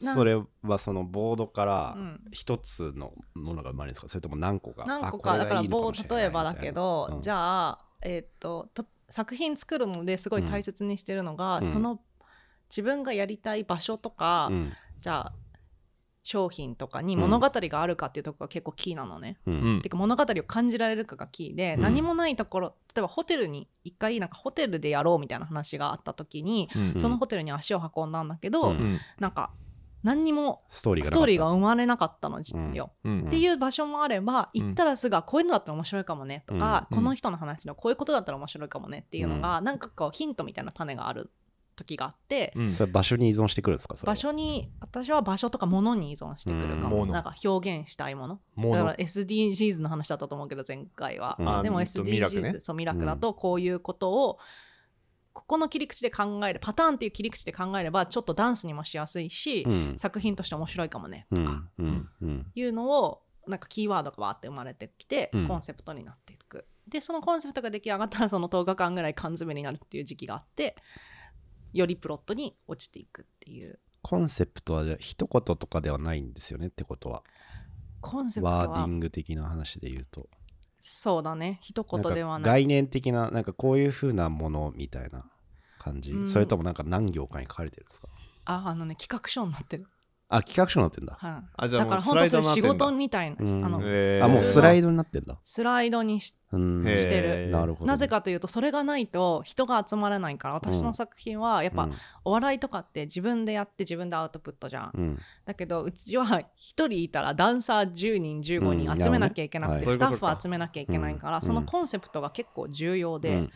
[SPEAKER 3] な
[SPEAKER 4] それはそのボードから
[SPEAKER 3] うん
[SPEAKER 4] 一つのものが生まれるんですかそれとも何個か
[SPEAKER 3] 何個
[SPEAKER 4] あ
[SPEAKER 3] か
[SPEAKER 4] これ
[SPEAKER 3] だから
[SPEAKER 4] いいの
[SPEAKER 3] 棒
[SPEAKER 4] もしれない
[SPEAKER 3] 例えばだけど、
[SPEAKER 4] うん
[SPEAKER 3] じゃあえっとと作品作るのですごい大切にしてるのが、
[SPEAKER 4] うん
[SPEAKER 3] その自分がやりたい場所とか、
[SPEAKER 4] み
[SPEAKER 3] じゃあ商品とかに物語があるかっていうところが結構キーなのね。
[SPEAKER 4] たいなうん
[SPEAKER 2] うん
[SPEAKER 3] てか物語を感じられるかがキーで、
[SPEAKER 4] うん
[SPEAKER 3] 何もないところ例えばホテルに一回なんかホテルでやろうみたいな話があった時に、
[SPEAKER 2] うん
[SPEAKER 3] そのホテルに足を運んだんだけど、
[SPEAKER 4] う
[SPEAKER 2] うん
[SPEAKER 3] なんか何にも
[SPEAKER 4] ストーリーが
[SPEAKER 3] ス
[SPEAKER 4] なか
[SPEAKER 3] ト
[SPEAKER 4] った
[SPEAKER 3] ーリーが生まれなかったのよ。
[SPEAKER 2] うん
[SPEAKER 3] っていう場所もあれば
[SPEAKER 2] うん
[SPEAKER 3] 行ったらすぐあこういうのだったら面白いかもねとか、
[SPEAKER 2] うん
[SPEAKER 3] この人の話のこういうことだったら面白いかもねっていうのが、なんかこうヒントみたいな種がある時があって、
[SPEAKER 2] うん
[SPEAKER 4] それは場所に依存してくるんですかそれは
[SPEAKER 3] 場所に私は場所とか物に依存してくるか
[SPEAKER 2] うん
[SPEAKER 3] も、
[SPEAKER 2] 物
[SPEAKER 3] なんか表現したいもの
[SPEAKER 2] もう
[SPEAKER 3] だか
[SPEAKER 2] の
[SPEAKER 3] ら SDGs の話だったと思うけど前回は、
[SPEAKER 4] うん
[SPEAKER 3] でも
[SPEAKER 2] あえっとミラ
[SPEAKER 3] SDGs
[SPEAKER 2] クね
[SPEAKER 3] そうミラクだとこういうことをここの切り口で考えるパターンっていう切り口で考えればちょっとダンスにもしやすいし、
[SPEAKER 4] うん
[SPEAKER 3] 作品として面白いかもね
[SPEAKER 4] う
[SPEAKER 3] とか、
[SPEAKER 4] んうんうん
[SPEAKER 3] いうのをなんかキーワードがわーって生まれてきて、
[SPEAKER 4] うん
[SPEAKER 3] コンセプトになっていくでそのコンセプトが出来上がったらその10日間ぐらい缶詰になるっていう時期があってよりプロットに落ちていくっていう
[SPEAKER 4] コンセプトはじゃあ一言とかではないんですよねってことは
[SPEAKER 3] コンセプト
[SPEAKER 4] ワーデ
[SPEAKER 3] は
[SPEAKER 4] ィング的な話で言うと
[SPEAKER 3] そうだね一
[SPEAKER 4] な
[SPEAKER 3] 言
[SPEAKER 4] んか
[SPEAKER 3] ではない
[SPEAKER 4] 概念的ななんかこういう風なものみたいな感じ
[SPEAKER 3] うん
[SPEAKER 4] それともなんか何行かに書かれてるんですか
[SPEAKER 3] ああのね企画書になってる、
[SPEAKER 4] あ企画書になってんだ
[SPEAKER 3] はい
[SPEAKER 2] あじゃあ
[SPEAKER 3] だ
[SPEAKER 2] もう
[SPEAKER 3] から本当それ仕事
[SPEAKER 2] に
[SPEAKER 3] みたいな、
[SPEAKER 4] うん
[SPEAKER 3] あの
[SPEAKER 2] えー
[SPEAKER 4] あもうスライドになってんだ
[SPEAKER 3] スライドにし
[SPEAKER 4] うん
[SPEAKER 2] へー
[SPEAKER 3] してる
[SPEAKER 4] なるほど
[SPEAKER 3] なぜかというとそれがないと人が集まらないから私の作品はやっぱ、
[SPEAKER 4] うん
[SPEAKER 3] お笑いとかって自分でやって自分でアウトプットじゃん、
[SPEAKER 4] うん
[SPEAKER 3] だけどうちは1人いたらダンサー10人15
[SPEAKER 4] うん
[SPEAKER 3] 人集めなきゃいけなくて、
[SPEAKER 2] なるほどねはい
[SPEAKER 3] スタッフ
[SPEAKER 2] そういうこと
[SPEAKER 3] を
[SPEAKER 2] か
[SPEAKER 3] 集めなきゃいけないから、
[SPEAKER 4] うん
[SPEAKER 3] そのコンセプトが結構重要で、
[SPEAKER 4] うんうんうん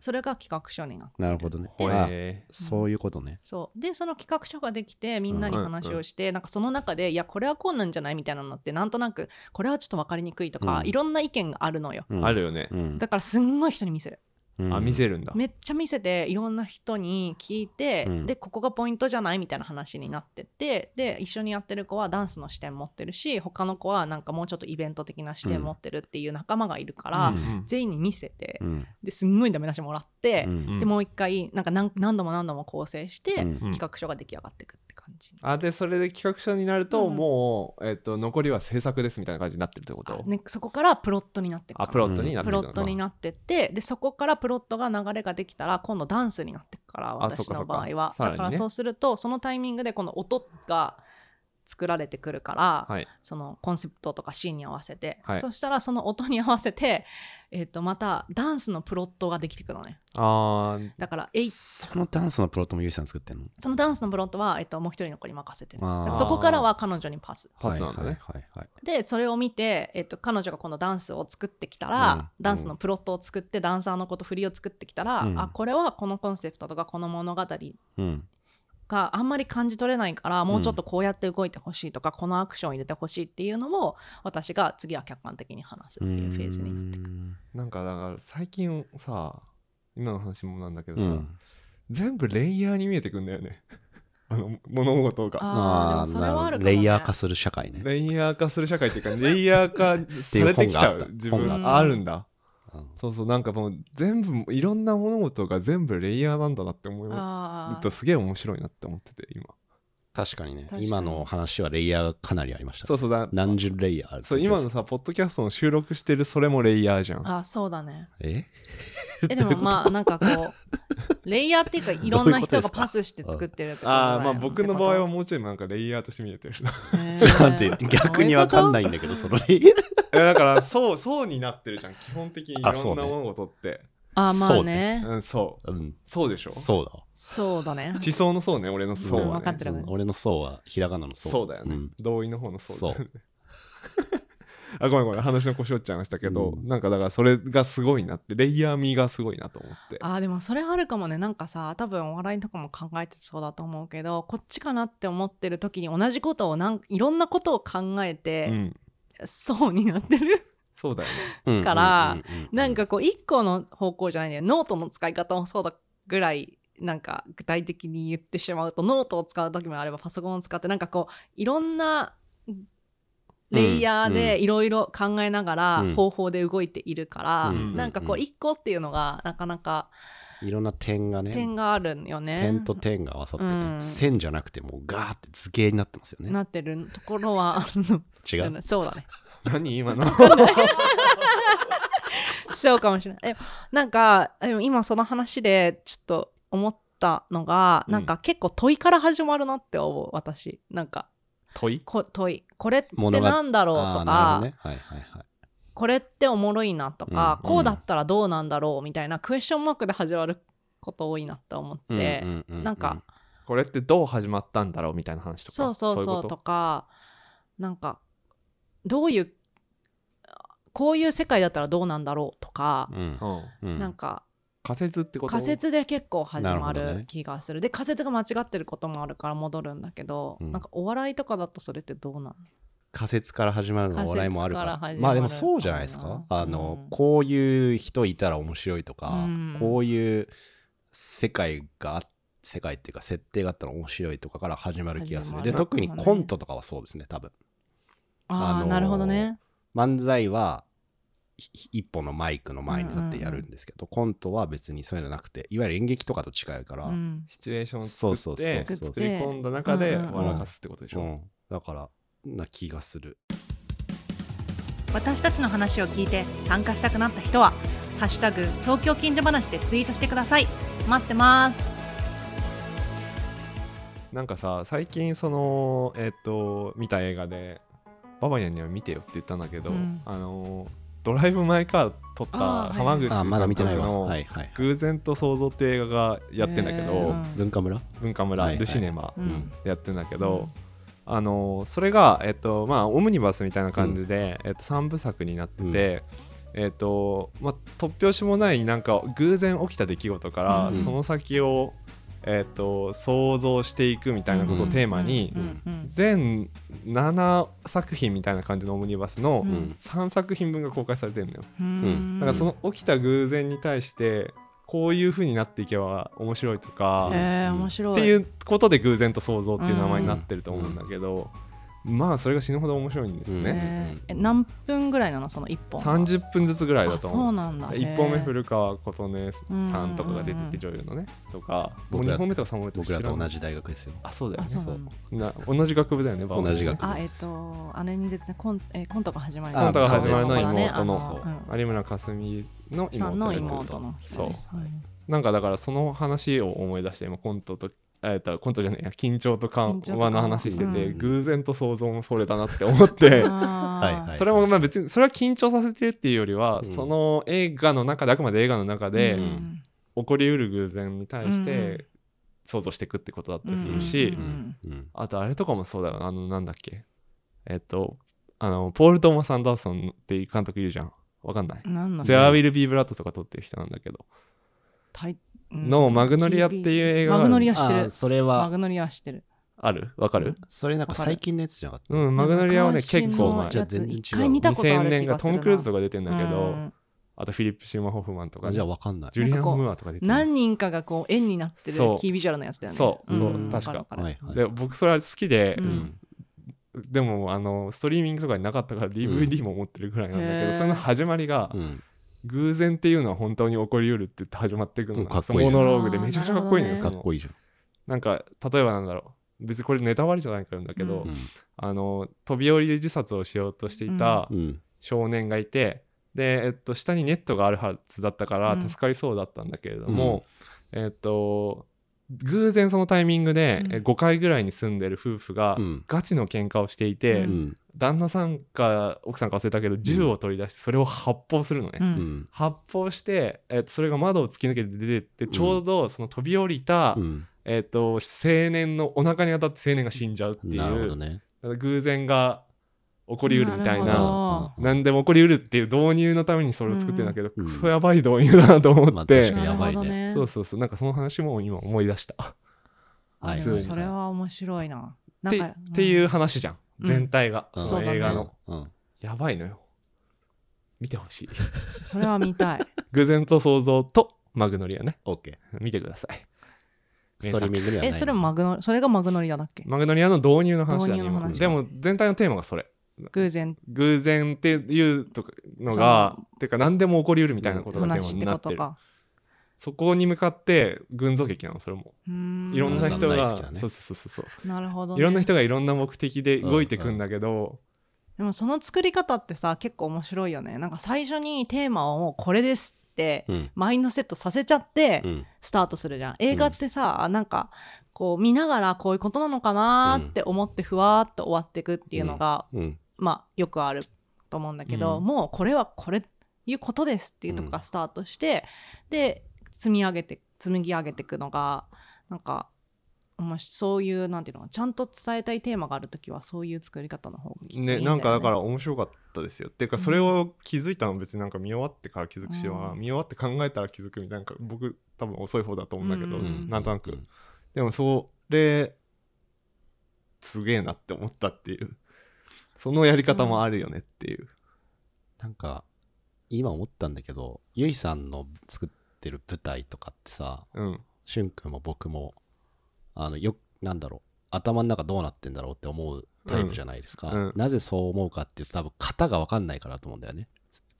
[SPEAKER 3] それが企画書になってる
[SPEAKER 4] なるほどね
[SPEAKER 2] へ
[SPEAKER 4] あ
[SPEAKER 2] ー
[SPEAKER 4] そういうことね
[SPEAKER 3] そうでその企画書ができてみんなに話をして、なんかその中でいやこれはこうなんじゃないみたいなのってなんとなくこれはちょっと分かりにくいとか、
[SPEAKER 4] うん
[SPEAKER 3] いろんな意見があるのよ
[SPEAKER 4] うん
[SPEAKER 2] あるよね
[SPEAKER 4] う、ん
[SPEAKER 3] だからすんごい人に見せる
[SPEAKER 4] うん
[SPEAKER 2] あ見せるんだ、
[SPEAKER 3] めっちゃ見せていろんな人に聞いて、
[SPEAKER 4] うん
[SPEAKER 3] でここがポイントじゃないみたいな話になっててで一緒にやってる子はダンスの視点持ってるし他の子はなんかもうちょっとイベント的な視点持ってるっていう仲間がいるから、
[SPEAKER 4] うん
[SPEAKER 3] 全員に見せて
[SPEAKER 4] うん
[SPEAKER 3] ですんごいダメ出しもらって
[SPEAKER 4] う、ん
[SPEAKER 3] でもう一回なんか何何度も何度も構成して、
[SPEAKER 4] うん
[SPEAKER 2] うん
[SPEAKER 3] 企画書が出来上がっていくって感じ。
[SPEAKER 2] あでそれで企画書になると、
[SPEAKER 3] うん
[SPEAKER 2] もう、えっと残りは制作ですみたいな感じになってるってこと、
[SPEAKER 3] ね、そこからプロットになっていくか
[SPEAKER 2] あ
[SPEAKER 3] ら
[SPEAKER 2] プロットになって
[SPEAKER 3] プ
[SPEAKER 2] る
[SPEAKER 3] ロ
[SPEAKER 2] の
[SPEAKER 3] ットになってってでそこからプロットが流れができたら今度ダンスになってくから
[SPEAKER 2] あそっ
[SPEAKER 3] 私
[SPEAKER 2] かそ
[SPEAKER 3] の
[SPEAKER 2] っか
[SPEAKER 3] 場合は
[SPEAKER 2] さらに
[SPEAKER 3] だ
[SPEAKER 2] ね
[SPEAKER 3] からそうするとそのタイミングでこの音が作られてくるから、
[SPEAKER 2] はい
[SPEAKER 3] そのコンセプトとかシーンに合わせて、
[SPEAKER 2] はい
[SPEAKER 3] そしたらその音に合わせて、 えっとまたダンスのプロットができてくのね
[SPEAKER 2] あー
[SPEAKER 3] だからえい
[SPEAKER 4] そのダンスのプロットもゆいさん作ってんの
[SPEAKER 3] そのダンスのプロットは、えっともう一人の子に任せてるだ
[SPEAKER 4] あー
[SPEAKER 3] からそこからは彼女にパス
[SPEAKER 2] パスなんだね、
[SPEAKER 4] はいはいはいはい
[SPEAKER 3] でそれを見て、えっと、彼女がこのダンスを作ってきたら、
[SPEAKER 4] うん
[SPEAKER 3] ダンスのプロットを作ってダンサーのこと振りを作ってきたら、
[SPEAKER 4] うん
[SPEAKER 3] あこれはこのコンセプトとかこの物語
[SPEAKER 4] うん
[SPEAKER 3] があんまり感じ取れないからもうちょっとこうやって動いてほしいとか、このアクションを入れてほしいっていうのを私が次は客観的に話すっていうフェーズになってくる。
[SPEAKER 2] なんかだから最近さ今の話もなんだけど
[SPEAKER 4] う
[SPEAKER 2] さ、
[SPEAKER 4] ん
[SPEAKER 2] 全部レイヤーに見えてくんだよね あの物事が
[SPEAKER 3] あーでもそれはあるかも、ね、
[SPEAKER 4] レイヤー化する社会ね
[SPEAKER 2] レイヤー化する社会っていうかレイヤー化されてきちゃ
[SPEAKER 4] 本があった
[SPEAKER 2] う自分
[SPEAKER 3] 本が
[SPEAKER 2] あ
[SPEAKER 3] あった
[SPEAKER 2] るんだ
[SPEAKER 4] うん
[SPEAKER 2] そうそうなんかもう全部いろんな物事が全部レイヤーなんだなって思う
[SPEAKER 3] あー
[SPEAKER 2] とすげえ面白いなって思ってて今
[SPEAKER 4] 確かにね
[SPEAKER 3] 確かに
[SPEAKER 4] 今の話はレイヤーがかなりありました
[SPEAKER 2] そうそうだ
[SPEAKER 4] 何十レイヤーある
[SPEAKER 2] そう今のさポッドキャストの収録してるそれもレイヤーじゃん
[SPEAKER 3] あそうだね
[SPEAKER 4] え
[SPEAKER 3] えでも まあなんかこうレイヤーっていうかいろんな人がパスして作ってるってことだよ
[SPEAKER 2] ああまあ僕の場合はもうちょいなんかレイヤーとして見えて るな
[SPEAKER 3] へー
[SPEAKER 4] ちょっと待って逆にわかんないん だけどそのレイヤー
[SPEAKER 2] いやだからそうそうになってるじゃん基本的にい
[SPEAKER 4] あ
[SPEAKER 2] ろ
[SPEAKER 4] そうん
[SPEAKER 2] な
[SPEAKER 4] ね
[SPEAKER 2] 物事って
[SPEAKER 3] あま
[SPEAKER 4] そ
[SPEAKER 3] あ
[SPEAKER 4] うね
[SPEAKER 3] ね
[SPEAKER 2] うん、そう。
[SPEAKER 4] うん、
[SPEAKER 2] そうでしょ
[SPEAKER 4] そうだわ。
[SPEAKER 3] そうだね
[SPEAKER 2] 地層の層ね、俺の層
[SPEAKER 3] うん
[SPEAKER 2] は
[SPEAKER 3] わか
[SPEAKER 2] ね
[SPEAKER 3] っ。てるわ
[SPEAKER 4] うん俺の層はひらがなの層。
[SPEAKER 2] そうだよね、
[SPEAKER 4] ん
[SPEAKER 2] 同意の方のそうだよ
[SPEAKER 4] そ
[SPEAKER 2] ねあごめんごめん話の故障っちゃいましたけど、
[SPEAKER 4] うん
[SPEAKER 2] なんかだからそれがすごいなってレイヤー味がすごいなと思って
[SPEAKER 3] あーでもそれあるかもねなんかさ多分お笑いとかも考えてそうだと思うけどこっちかなって思ってる時に同じことをなんいろんなことを考え
[SPEAKER 2] う
[SPEAKER 3] て、
[SPEAKER 2] ん
[SPEAKER 3] そうになってる
[SPEAKER 2] そうだよね
[SPEAKER 4] うん
[SPEAKER 3] から、
[SPEAKER 4] ううう
[SPEAKER 3] なんかこう一個の方向じゃないんだよノートの使い方もそうだぐらいなんか具体的に言ってしまうとノートを使う時もあればパソコンを使ってなんかこういろんなレイヤーでいろいろ考えながら
[SPEAKER 4] うん
[SPEAKER 3] 方法で動いているから、
[SPEAKER 4] うん
[SPEAKER 3] なんかこう一個っていうのがなかなか
[SPEAKER 4] いろんな点がね、
[SPEAKER 3] 点があるんよね。
[SPEAKER 4] 点と点が合わさって
[SPEAKER 3] う
[SPEAKER 4] ね、
[SPEAKER 3] ん
[SPEAKER 4] 線じゃなくてもうガーって図形になってますよね。
[SPEAKER 3] なってるところはあの
[SPEAKER 4] 違う。
[SPEAKER 3] そうだね
[SPEAKER 2] 何今の
[SPEAKER 3] そうかもしれないえなんかでも今その話でちょっと思ったのが、
[SPEAKER 2] うん
[SPEAKER 3] なんか結構問いから始まるなって思う私なんか
[SPEAKER 2] 問い
[SPEAKER 3] こ問いこれって
[SPEAKER 4] 物が
[SPEAKER 3] なんだろう
[SPEAKER 4] あ
[SPEAKER 3] と
[SPEAKER 4] ーなる
[SPEAKER 3] か、
[SPEAKER 4] ほどね。はいはいはい。
[SPEAKER 3] これっておもろいなとか、
[SPEAKER 4] うん
[SPEAKER 3] こうだったらどうなんだろうみたいなクエスチョンマークで始まること多いなって思って、
[SPEAKER 4] うんううう
[SPEAKER 3] なんか、
[SPEAKER 2] これってどう始まったんだろうみたいな話とか
[SPEAKER 3] そうそうそうと
[SPEAKER 2] と
[SPEAKER 3] かなんかどういうこういう世界だったらどうなんだろうとか、
[SPEAKER 4] うん
[SPEAKER 2] うん、
[SPEAKER 4] うん
[SPEAKER 3] なんか
[SPEAKER 2] 仮説ってこと
[SPEAKER 3] 仮説で結構始ま
[SPEAKER 4] なるほど
[SPEAKER 3] る
[SPEAKER 4] ね
[SPEAKER 3] 気がするで仮説が間違ってることもあるから戻るんだけど、
[SPEAKER 4] うん
[SPEAKER 3] なんかお笑いとかだとそれってどうなの
[SPEAKER 4] 仮説から始まるのお笑いもあるから
[SPEAKER 3] 仮説から始まる
[SPEAKER 4] まあでもそうじゃないですか
[SPEAKER 3] うん
[SPEAKER 4] あの、こういう人いたら面白いとか、
[SPEAKER 3] うん
[SPEAKER 4] こういう世界が世界っていうか設定があったら面白いとかから始まる気がす
[SPEAKER 3] 始
[SPEAKER 4] る
[SPEAKER 3] ま
[SPEAKER 4] で
[SPEAKER 3] る
[SPEAKER 4] 特にコントとかはそうですね多分
[SPEAKER 3] あー、
[SPEAKER 4] あのー
[SPEAKER 3] なるほどね
[SPEAKER 4] 漫才はひひ一本のマイクの前に立ってやるんですけど、コントは別にそういうのなくていわゆる演劇とかと近いから、
[SPEAKER 3] う
[SPEAKER 4] うん
[SPEAKER 3] ん
[SPEAKER 2] シチュエーションを
[SPEAKER 4] そう
[SPEAKER 2] 作っ
[SPEAKER 4] そう
[SPEAKER 2] て
[SPEAKER 4] そう
[SPEAKER 3] そう
[SPEAKER 2] 作り込んだ中で
[SPEAKER 3] うんうんうん
[SPEAKER 2] 笑かすってことでしょ、
[SPEAKER 4] だからな気がする
[SPEAKER 3] 私たちの話を聞いて参加したくなった人は「ハッシュタグ東京近所話」でツイートしてください待ってます
[SPEAKER 2] なんかさ最近そのえっ、と見た映画でババニャンには見てよって言ったんだけど、
[SPEAKER 3] うん
[SPEAKER 2] あのドライブ・マイ・カー撮った
[SPEAKER 3] あー
[SPEAKER 2] 浜口
[SPEAKER 4] あまだ見てない
[SPEAKER 2] 監督
[SPEAKER 4] わ
[SPEAKER 2] の
[SPEAKER 4] はいはい
[SPEAKER 2] 偶然と想像って映画がやってんだけど、
[SPEAKER 3] へー
[SPEAKER 4] 文化村
[SPEAKER 2] 文化村、
[SPEAKER 4] はいはい
[SPEAKER 2] ルシネマ
[SPEAKER 3] う
[SPEAKER 4] うんん
[SPEAKER 2] でやってんだけ
[SPEAKER 3] う
[SPEAKER 2] ど
[SPEAKER 3] ん、
[SPEAKER 2] あのそれが、えっとまあ、オムニバスみたいな感じで、えっと、3部作になってて、えっとまあ、突拍子もないなんか偶然起きた出来事から、
[SPEAKER 3] うん
[SPEAKER 2] その先を、えっと、想像していくみたいなことをテーマに、
[SPEAKER 3] うんうん
[SPEAKER 2] 全7作品みたいな感じのオムニバスの
[SPEAKER 4] うん
[SPEAKER 2] 3作品分が公開されてるのよ。
[SPEAKER 3] うん
[SPEAKER 4] うん
[SPEAKER 2] だからその起きた偶然に対してこういう風になっていけば面白いとか
[SPEAKER 3] へえ面白い
[SPEAKER 2] っていううことで偶然と想像っていう名前になってると思うんだけど、まあそれが死ぬほど面白いんですね、
[SPEAKER 3] ねえ何分ぐらいなのその1本は
[SPEAKER 2] 30分ずつぐらいだと
[SPEAKER 3] あそ
[SPEAKER 2] 思
[SPEAKER 3] う
[SPEAKER 2] う
[SPEAKER 3] なんだ
[SPEAKER 2] 1本目
[SPEAKER 3] る
[SPEAKER 2] 古川琴音さんとかが出てて女優のねとかもう
[SPEAKER 4] 僕ら
[SPEAKER 2] 2本目とか3本目とか
[SPEAKER 4] 僕ら
[SPEAKER 2] 知ら
[SPEAKER 4] と
[SPEAKER 2] な
[SPEAKER 4] 同
[SPEAKER 2] い
[SPEAKER 4] じ大学ですよ
[SPEAKER 2] あそうだよ
[SPEAKER 3] あ
[SPEAKER 2] ね
[SPEAKER 3] そうなんだ
[SPEAKER 2] な同じ学部だよねバオも
[SPEAKER 4] 同じ学部
[SPEAKER 3] あえっ、とあれに出てたコン,、えーコントが始まり
[SPEAKER 4] あ
[SPEAKER 2] コントが始まるの
[SPEAKER 4] そうです
[SPEAKER 2] 妹の
[SPEAKER 4] そう
[SPEAKER 3] うん
[SPEAKER 2] 有村架純の
[SPEAKER 3] さんの
[SPEAKER 2] 妹
[SPEAKER 3] 妹の
[SPEAKER 2] そう
[SPEAKER 3] うん
[SPEAKER 2] なんかだからその話を思い出して今コントとえっとコントじゃないや緊張と
[SPEAKER 3] 緊
[SPEAKER 2] 緩
[SPEAKER 3] 張と緩和
[SPEAKER 2] 和の話してて、
[SPEAKER 3] うん
[SPEAKER 2] 偶然と想像もそれだなって思って
[SPEAKER 3] はい
[SPEAKER 4] はい
[SPEAKER 2] それもまあ別にそれは緊張させてるっていうよりは、
[SPEAKER 4] うん
[SPEAKER 2] その映画の中であくまで映画の中で、
[SPEAKER 4] うん
[SPEAKER 2] 起こりうる偶然に対し
[SPEAKER 3] うん
[SPEAKER 2] て想像していくってことだったりするし、
[SPEAKER 3] うん
[SPEAKER 4] うん
[SPEAKER 2] あとあれとかもそうだよあのなんだっけえっとあのポール・トーマス・アンダーソンっていう監督いるじゃんわかんない「
[SPEAKER 3] 何の
[SPEAKER 2] There Will Be Blood」とか撮ってる人なんだけど
[SPEAKER 3] タイ
[SPEAKER 2] のマグノリアっていう映画があ
[SPEAKER 3] マ
[SPEAKER 2] る
[SPEAKER 3] グノリア知って
[SPEAKER 4] あ
[SPEAKER 3] る
[SPEAKER 4] それ
[SPEAKER 3] マ
[SPEAKER 4] は
[SPEAKER 3] グノリア知ってる
[SPEAKER 2] あるわかる
[SPEAKER 4] それなんか
[SPEAKER 3] わかる
[SPEAKER 4] 最近のやつじゃなかった、
[SPEAKER 2] うんマグノリアはね結構前
[SPEAKER 4] じゃあ全然違う
[SPEAKER 3] 一回見たことあ
[SPEAKER 2] 2000
[SPEAKER 3] る
[SPEAKER 2] 年
[SPEAKER 3] 気
[SPEAKER 2] が
[SPEAKER 3] がす
[SPEAKER 2] ト
[SPEAKER 3] るな
[SPEAKER 2] ム・クルーズとか出てんだけど、
[SPEAKER 3] うん
[SPEAKER 2] あとフィリップ・シーマン・ホフマンとか、
[SPEAKER 4] あじゃあわかんない
[SPEAKER 2] ジュリアン・ムーアとか出てる
[SPEAKER 3] 何人かがこう円になってる
[SPEAKER 2] そう
[SPEAKER 3] キービジュアルのやつだよね
[SPEAKER 2] そう
[SPEAKER 4] そう
[SPEAKER 2] 確か
[SPEAKER 3] わるわ
[SPEAKER 4] はい
[SPEAKER 3] る
[SPEAKER 4] はい
[SPEAKER 2] で僕それは好きで、
[SPEAKER 3] う
[SPEAKER 4] うんん
[SPEAKER 2] でもあのストリーミングとかになかったから DVD も持ってるぐらいなんだけど、
[SPEAKER 3] へー
[SPEAKER 2] その始まりが、
[SPEAKER 4] うん
[SPEAKER 2] 偶然っていうのは本当に起こりうるって言って始まっていくの
[SPEAKER 4] うんか
[SPEAKER 2] が
[SPEAKER 4] っ
[SPEAKER 2] そ
[SPEAKER 4] こ
[SPEAKER 2] の
[SPEAKER 4] い
[SPEAKER 2] モ
[SPEAKER 4] いじゃん
[SPEAKER 2] ノローグでめちゃくちゃかっこいいのよ
[SPEAKER 3] あー
[SPEAKER 2] そ
[SPEAKER 4] か
[SPEAKER 2] の
[SPEAKER 4] っこいいじゃ、
[SPEAKER 2] なんか例えばなんだろう別にこれネタバレじゃないからなんだけど、
[SPEAKER 3] うん
[SPEAKER 4] うん
[SPEAKER 2] あの飛び降り自殺をしようとしていた
[SPEAKER 4] うん
[SPEAKER 2] 少年がいて、で、えっと、下にネットがあるはずだったか
[SPEAKER 3] う
[SPEAKER 2] ら
[SPEAKER 3] ん
[SPEAKER 2] 助かりそうだったんだけれども、えっと偶然そのタイミングで、
[SPEAKER 3] うん
[SPEAKER 2] え5回ぐらいに住んでる夫婦が、
[SPEAKER 4] うん
[SPEAKER 2] ガチの喧嘩をしていて、
[SPEAKER 3] う
[SPEAKER 4] うん
[SPEAKER 2] 旦那さんか奥さんか忘れたけど銃を取り出してそれを発砲するのね、
[SPEAKER 3] う
[SPEAKER 4] うんん
[SPEAKER 2] 発砲して、えっとそれが窓を突き抜けて出てってちょうどその飛び降りた、
[SPEAKER 4] うん
[SPEAKER 2] えっと青年のお腹に当たって青年が死んじゃうってい
[SPEAKER 4] なるほど
[SPEAKER 2] う、
[SPEAKER 4] ね
[SPEAKER 2] だから偶然が起こりうるみたい
[SPEAKER 3] なるほど
[SPEAKER 2] な何でも起こりうるっていう導入のためにそれを作ってんだけど、
[SPEAKER 4] うん
[SPEAKER 2] クソやばい導入だなと思
[SPEAKER 4] ま
[SPEAKER 2] っ
[SPEAKER 4] あ
[SPEAKER 2] て、
[SPEAKER 4] 確かにやばいね
[SPEAKER 2] そうそうそうなんかその話も今思い出したっ
[SPEAKER 3] あ
[SPEAKER 2] はい
[SPEAKER 3] でもそれは面白いな。なん
[SPEAKER 2] て
[SPEAKER 3] か
[SPEAKER 2] っていう話じゃん
[SPEAKER 3] うん
[SPEAKER 2] 全体が、
[SPEAKER 4] うん
[SPEAKER 2] その映画の、
[SPEAKER 4] うん
[SPEAKER 2] やばいのよ見てほしい
[SPEAKER 3] うんそれは見たい。
[SPEAKER 2] 偶然と想像とマグノリアね
[SPEAKER 4] OK
[SPEAKER 2] 見てください
[SPEAKER 4] ストリーミングにはない
[SPEAKER 3] え、それもマグノそれがマグノリアだっけ
[SPEAKER 2] マグノリアの導入の話だね
[SPEAKER 3] 導入の
[SPEAKER 2] 今
[SPEAKER 3] 話
[SPEAKER 2] でも全体のテーマがそれ
[SPEAKER 3] 偶然
[SPEAKER 2] 偶然っていうとかのが
[SPEAKER 3] そ
[SPEAKER 2] てか何でも起こりうるみたいなことがテーマ
[SPEAKER 3] 話っ
[SPEAKER 2] に
[SPEAKER 3] て
[SPEAKER 2] な
[SPEAKER 3] こ
[SPEAKER 2] って
[SPEAKER 3] と
[SPEAKER 2] る
[SPEAKER 3] か。
[SPEAKER 2] そこに向かって群像劇なのそれも
[SPEAKER 3] うーん
[SPEAKER 2] いろんな人が、
[SPEAKER 4] 大好
[SPEAKER 2] そう
[SPEAKER 4] きだね
[SPEAKER 2] そうそうそう
[SPEAKER 3] なるほど、ね。
[SPEAKER 2] いろんな人がいろんな目的で動いてくんだけど、
[SPEAKER 3] でもその作り方ってさ結構面白いよねなんか最初にテーマをもうこれですって
[SPEAKER 4] うん
[SPEAKER 3] マインドセットさせちゃって
[SPEAKER 4] うん
[SPEAKER 3] スタートするじゃん映画ってさ、なんかこう見ながらこういうことなのかなーって思ってふわーっと終わっていくっていうのが、
[SPEAKER 4] うん
[SPEAKER 3] まあよくあると思うんだけど、
[SPEAKER 2] うん
[SPEAKER 3] もうこれはこれいうことですっていうとこか
[SPEAKER 4] う
[SPEAKER 3] らスタートして、で積み上げて紡ぎ上げていくのがなんか面白いそういうなんていうのちゃんと伝えたいテーマがある時はそういう作り方の方がきっといいんだ
[SPEAKER 2] ね
[SPEAKER 3] よね
[SPEAKER 2] なんかだから面白かったですよっていうかそれを気づいたの別になんか見終わってから気づくしは、
[SPEAKER 3] うん
[SPEAKER 2] 見終わって考えたら気づくみたいななんか僕多分遅い方だと思うんだけど、
[SPEAKER 3] う
[SPEAKER 4] うん
[SPEAKER 2] なんとなく、でもそれすげえなって思ったっていうそのやり方もあるよねっていう、
[SPEAKER 4] なんか今思ったんだけどゆいさんの作ってる舞台とかってさ
[SPEAKER 2] うん、
[SPEAKER 4] しゅんくんも僕もあのよなんだろう頭の中どうなってんだろうって思うタイプじゃないですか、
[SPEAKER 2] うんうん
[SPEAKER 4] なぜそう思うかっていうと多分型が分かんないからだと思うんだよね